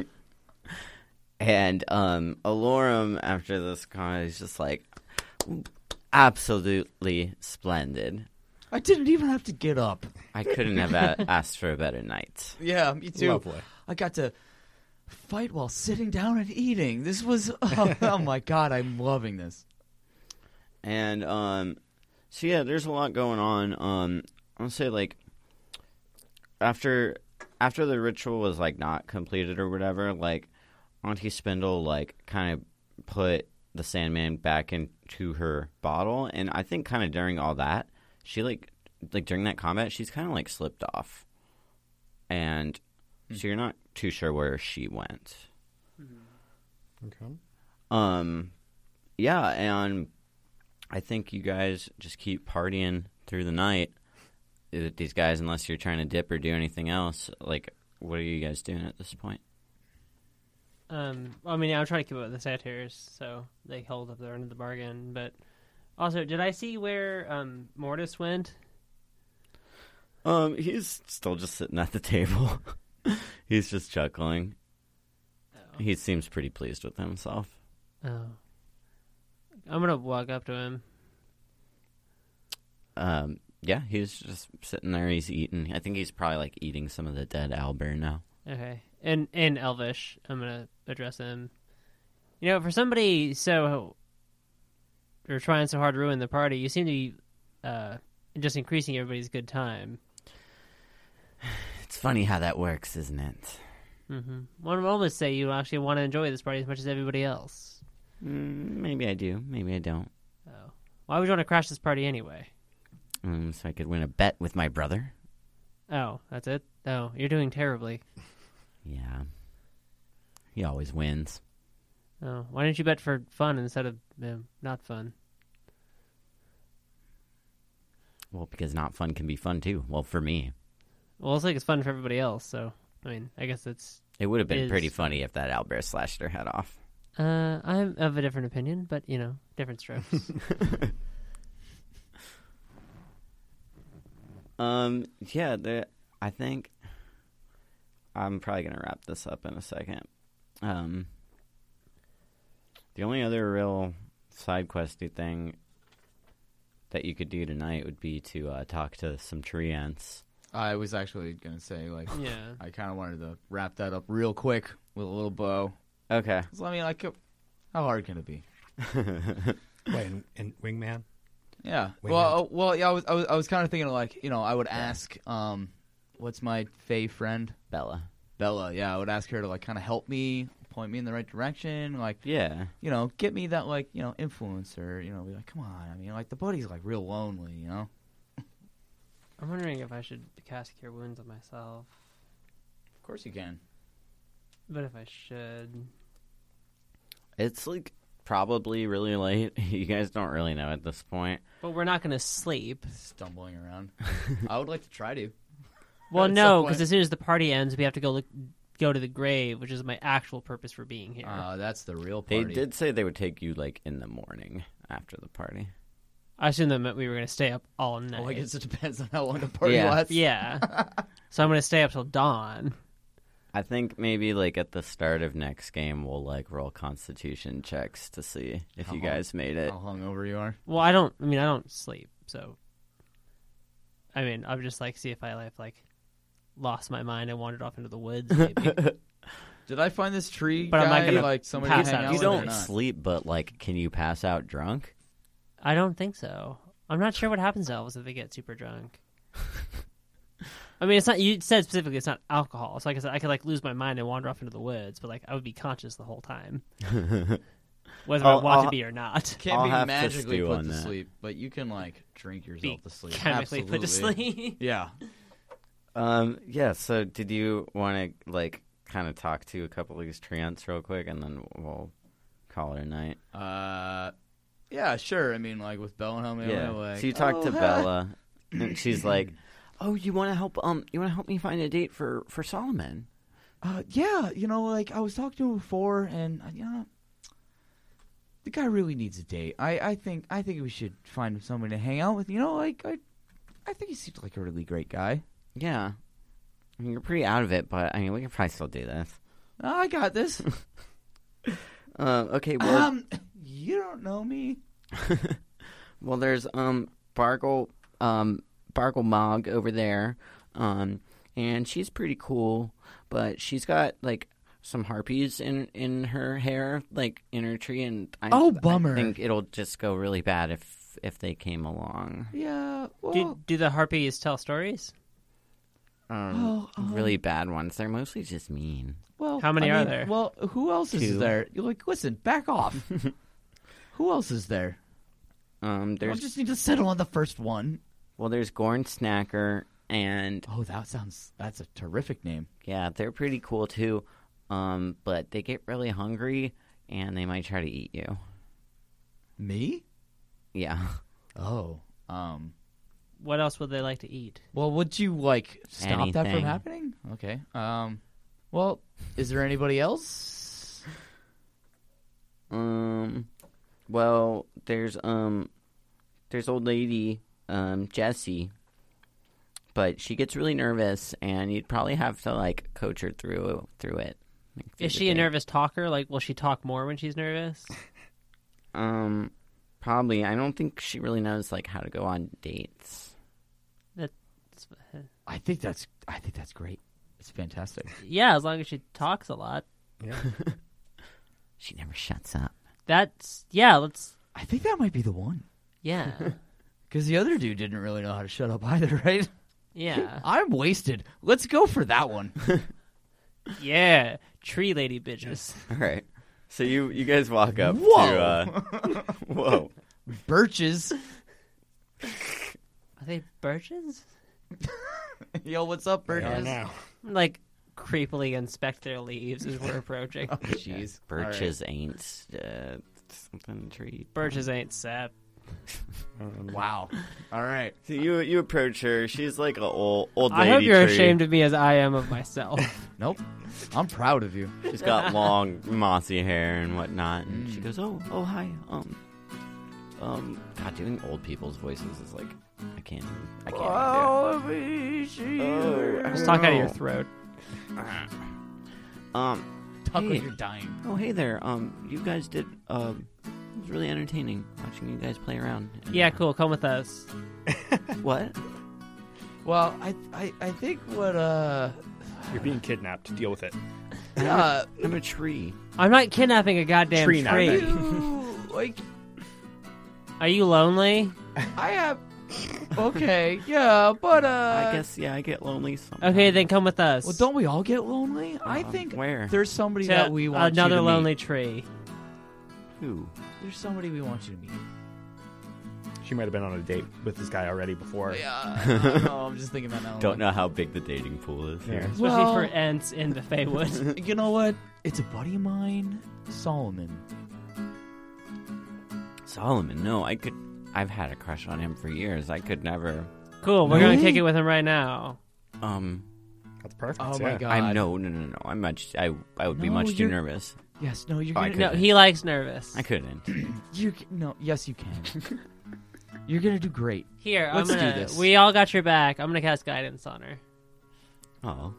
A: And um, Alorum, after this con, is just like absolutely splendid.
B: i didn't even have to get up
A: I couldn't have a- asked for a better night.
B: yeah me too
D: Lovely.
B: i got to fight while sitting down and eating this was oh, oh my god i'm loving this
A: And um, so yeah, there's a lot going on. Um, I'll say like after after the ritual was like not completed or whatever, like Auntie Spindle like kind of put the Sandman back into her bottle, and I think kind of during all that, she like like during that combat, she's kind of like slipped off, and so you're not too sure where she went.
D: Okay.
A: Um, yeah, and I think you guys just keep partying through the night. Uh, These guys, unless you're trying to dip or do anything else, like, what are you guys doing at this point?
C: Um, I mean, I'm trying to keep up with the satyrs, so they held up their end of the bargain. But also, did I see where um, Mortis went?
A: Um, he's still just sitting at the table. he's just chuckling. He seems pretty pleased with himself.
C: Oh, I'm gonna walk up to him.
A: Um, yeah, he's just sitting there. He's eating. I think he's probably like eating some of the dead owlbear now.
C: Okay. And in Elvish, I'm gonna address him. You know, for somebody so you're trying so hard to ruin the party, you seem to be uh, just increasing everybody's good time.
A: It's funny how that works, isn't it?
C: Mm-hmm. One would almost say you actually want to enjoy this party as much as everybody else.
A: Mm, maybe I do. Maybe I don't.
C: Oh. Why would you want to crash this party anyway?
A: Um, so I could win a bet with my brother.
C: Oh, that's it. Oh, you're doing terribly.
A: Yeah. He always wins.
C: Oh, why didn't you bet for fun instead of um, not fun?
A: Well, because not fun can be fun too. Well, for me,
C: Well, it's like it's fun for everybody else. So, I mean, I guess it's
A: it would have been
C: Is-
A: pretty funny if that owlbear slashed her head off.
C: Uh, I'm of a different opinion, but you know, different strokes.
A: Um, yeah, the, I think I'm probably gonna wrap this up in a second. Um, the only other real side questy thing that you could do tonight would be to uh, talk to some tree ants.
B: i was actually gonna say like
C: yeah.
B: i kind of wanted to wrap that up real quick with a little bow
A: Okay.
B: 'Cause, i mean like how hard can it be
D: Wait, and, and wingman.
B: Yeah.
D: Wing
B: well, uh, well, yeah. I was, I was, I was kind of thinking like, you know, I would ask, um, what's my Fey friend?
A: Bella.
B: Bella, yeah, I would ask her to like kind of help me, point me in the right direction, like
A: Yeah.
B: you know, get me that like you know influencer. You know, be like, come on. I mean, like the buddy's like real lonely. You know,
E: I'm wondering if I should cast Cure Wounds on myself,
B: of course you can.
E: but if I should,
A: It's like probably really late. You guys don't really know at this point.
C: But we're not going to sleep.
B: Stumbling around. I would like to try to.
C: Well,
B: At
C: no,
B: some point.
C: because as soon as the party ends, we have to go look, go to the grave, which is my actual purpose for being here.
B: Uh, that's the real
A: They
B: party.
A: did say they would take you like in the morning after the party.
C: I assume that meant we were going to stay up all night.
B: Well, Oh, I guess it depends on how long the party
A: Yeah.
B: lasts.
C: yeah. so I'm going to stay up till dawn.
A: I think maybe like at the start of next game we'll like roll constitution checks to see if
B: How
A: you
B: hung-
A: guys made it.
B: How hungover you are?
C: Well, I don't. I mean, I don't sleep, so. I mean, i will just like see if I like, like lost my mind and wandered off into the woods. Maybe.
B: Did I find this tree
C: But I'm not
B: guy,
C: gonna
B: like somebody
C: pass
B: to hang
C: out
B: out
A: You
B: with or
A: don't
B: not?
A: sleep, but like, can you pass out drunk?
C: I don't think so. I'm not sure what happens to elves if they get super drunk. I mean, it's not. You said specifically it's not alcohol, so like I said, I could like lose my mind and wander off into the woods, but like I would be conscious the whole time, whether I
A: I'll-
C: want
A: I'll-
C: to be or not.
B: Can't
A: I'll
B: be
A: have to
B: magically
A: stew
B: put
A: on
B: to
A: that.
B: sleep, but you can like drink yourself
C: Be
B: to sleep.
C: Chemically put to
B: Absolutely.
C: sleep.
B: Yeah.
A: Um, yeah. So, did you want to like kind of talk to a couple of these treants real quick, and then we'll call it a night?
B: Uh, yeah, sure. I mean, like with Bell and Helmy,
A: yeah.
B: like,
A: so you talked
B: "Oh,
A: to
B: hi."
A: Bella, and she's like, "Oh, you want to help? Um, you want to help me find a date for for Solomon?"
B: Uh, yeah, you know, like I was talking to him before, and uh, you know, the guy really needs a date. I, I think, I think we should find him someone to hang out with. You know, like I, I think he seems like a really great guy.
A: Yeah. I mean, you're pretty out of it, but I mean, we could probably still do this.
B: Oh, I got this.
A: Uh, okay. Well,
B: um, you don't know me.
A: Um, Well, there's um Bargle um Bargle Mog over there, um, and she's pretty cool, but she's got like some harpies in in her hair, like in her tree, and I,
B: Oh,
A: I
B: bummer.
A: think it'll just go really bad if if they came along.
B: Yeah. Well,
C: Do, do the harpies tell stories?
A: Um,
B: Oh, um,
A: really bad ones. They're mostly just mean.
B: well.
C: How many
B: I
C: are
B: mean,
C: there?
B: Well, who else is
A: Two.
B: there? You're like, listen, back off. who else is there?
A: Um,
B: I
A: there's
B: just need to settle on the first one.
A: well, there's Gorn Snacker, and
B: Oh, that sounds. That's a terrific name.
A: yeah, they're pretty cool too. Um, but they get really hungry, and they might try to eat you.
B: Me?
A: Yeah.
B: Oh. Um.
C: What else would they like to eat?
B: Well, would you like stop that from
A: Anything.
B: happening? Okay. Um. Well, is there anybody else?
A: Um, well, there's um, there's old lady um Jessie, but she gets really nervous, and you'd probably have to like coach her through through it. like, through
C: Is
A: the
C: she a
A: day.
C: nervous talker? Like, will she talk more when she's nervous?
A: Um, probably. I don't think she really knows like how to go on dates.
B: I think that's. I think that's great. It's fantastic.
C: Yeah, as long as she talks a lot.
A: She never shuts up.
C: That's yeah. Let's
B: I think that might be the one.
C: yeah,
B: Because the other dude didn't really know how to shut up either, right?
C: yeah,
B: I'm wasted. Let's go for that one.
C: yeah. Tree lady bitches.
A: All right. So you you guys walk up.
B: Whoa! uh,
A: whoa.
B: Birches.
C: Are they birches?
B: Yo, what's up, Birches?
C: Like creepily inspect their leaves as we're approaching.
B: Jeez.
A: Birches ain't uh, something tree.
C: Birches ain't sap.
B: All right. Wow. All right.
A: So you you approach her. She's like a old old
C: I
A: lady.
C: hope you're
A: tree.
C: ashamed of me as I am of myself.
B: Nope. I'm proud of you.
A: She's got long mossy hair and whatnot, and she goes, "Oh, oh, hi." Um, um, God, doing old people's voices is like, I can't, even- I can't.
B: Oh,
A: even do it.
C: Just talk out of your throat.
A: Um,
B: Talk
A: Hey.
B: when you're dying.
A: oh hey there. Um, you guys did. Um, it was really entertaining watching you guys play around. And-
C: Yeah, cool. Come with us.
A: What?
B: Well, I, I, I think what uh,
D: You're being kidnapped. Deal with it.
B: uh
A: I'm a tree.
C: I'm not kidnapping a goddamn
D: Tree
C: tree.
D: napping.
B: you, like
C: Are you lonely?
B: I have okay, yeah, but uh,
A: I guess yeah, I get lonely sometimes.
C: Okay, then come with us.
B: Well, don't we all get lonely? I
A: Um,
B: think
A: where?
B: there's somebody
C: To
B: that we want
C: another
B: you to
C: lonely
B: Meet.
C: tree.
A: Who?
B: There's somebody we want you to meet.
D: She might have been on a date with this guy already before.
B: Yeah, no, I'm just thinking about that.
A: Don't know how big the dating pool is here.
D: Yeah.
C: Especially
B: Well-
C: for ants in the Feywood.
B: You know what? It's a buddy of mine, Solomon.
A: Solomon, no, I could. I've had a crush on him for years. I could never.
C: cool, we're gonna
B: Really?
C: kick it with him right now.
A: Um,
D: That's perfect.
B: Oh
D: yeah.
B: my god.
A: I'm no, no, no, no. I'm much. I I would be
B: No,
A: much too
B: you're-
A: nervous. Oh,
B: Yes, no, you're
D: I
B: gonna.
D: could-
C: No, he likes nervous.
A: I couldn't.
B: You c- no. Yes, you can. you're gonna do great.
C: Here,
B: Let's do
C: I'm gonna.
B: this.
C: We all got your back. I'm gonna cast guidance on her.
A: Oh,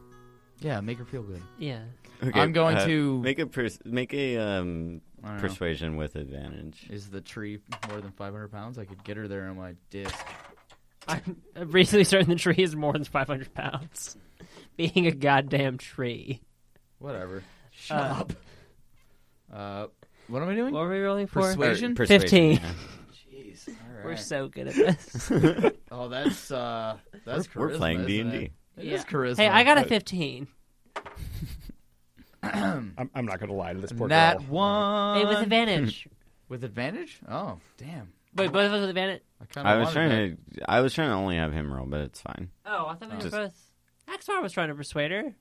B: Yeah, make her feel good.
C: Yeah.
A: okay.
B: I'm going
A: uh,
B: to-
A: make a pers- make a um
B: I don't know.
A: persuasion with advantage.
B: Is the tree more than 500 pounds? I could get her there on my disc.
C: I'm recently certain the tree is more than 500 pounds. Being a goddamn tree.
B: Whatever. Shut
C: Uh,
B: up. Uh, what am I doing?
C: What were we rolling for?
A: Or
B: Persuasion?
A: persuasion,
C: 15.
A: yeah.
B: Jeez. All
C: We're
B: right.
C: so good at this.
B: Oh, that's uh, that's
A: We're- we're
B: charisma,
A: playing
B: isn't
A: D&D.
B: It It
C: Yeah.
B: is charisma.
C: hey, I got a
D: Right.
C: 15.
D: I'm, I'm not going to lie to this poor
B: that
D: girl.
B: one
C: Hey, with advantage.
B: With advantage. Oh, damn!
C: Wait, both of us with advantage?
B: I kind of
A: I was trying to. I was trying to only have him roll, but it's fine.
C: Oh, I thought we were
A: Just-
C: both. Axar was trying to persuade her.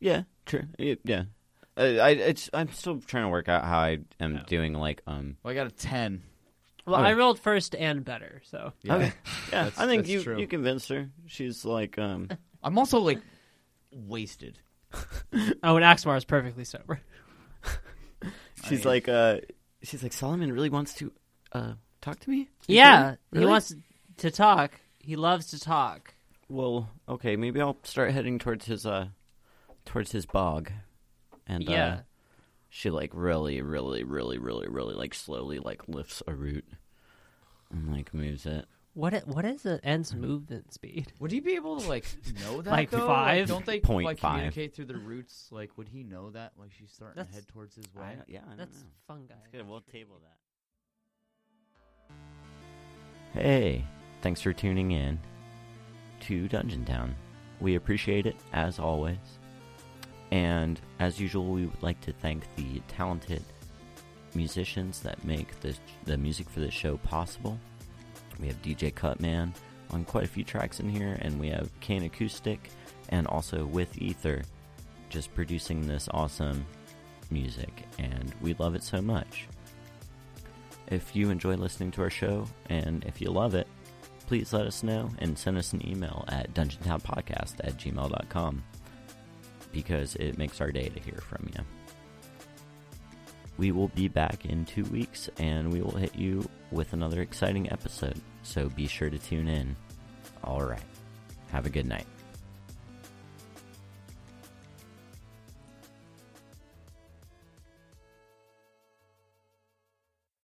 A: Yeah, true. Y- Yeah, uh, I it's I'm still trying to work out how I am doing. Like um,
B: Well, I got a ten.
C: Well,
A: Oh.
C: I rolled first and better, so.
B: Yeah.
A: Okay. yeah,
B: That's-
A: I think
B: that's
A: you
B: true.
A: you convinced her. She's like um,
B: I'm also like wasted.
C: Oh, and Axmar is perfectly sober.
A: she's
B: mean-
A: like uh, she's like Solomon really wants to uh talk to me. You
C: Yeah,
A: kidding? Really?
C: he wants to talk. He loves to talk.
A: Well, okay, maybe I'll start heading towards his uh, towards his bog, and uh,
C: yeah.
A: she like really, really, really, really, really like slowly like lifts a root and like moves it.
C: What i- what is the end's movement speed?
B: Would he be able to like know that?
C: Like
B: though?
C: five?
B: don't they
A: Point
B: like
A: five.
B: communicate through their roots? Like, would he know that? Like, she's starting
C: That's-
B: to head towards his way.
A: I, yeah, I don't
C: That's
A: know.
C: fungi.
A: Good, we'll table that. Hey, thanks for tuning in to Dungeon Town. We appreciate it, as always. And as usual, we would like to thank the talented musicians that make this, the music for this show possible. We have DJ Cutman on quite a few tracks in here, and we have Kane Acoustic and also With Ether just producing this awesome music, and we love it so much. If you enjoy listening to our show, and if you love it, please let us know and send us an email at dungeontownpodcast at gmail.com because it makes our day to hear from you. We will be back in two weeks and we will hit you with another exciting episode, so be sure to tune in. All right, have a good night.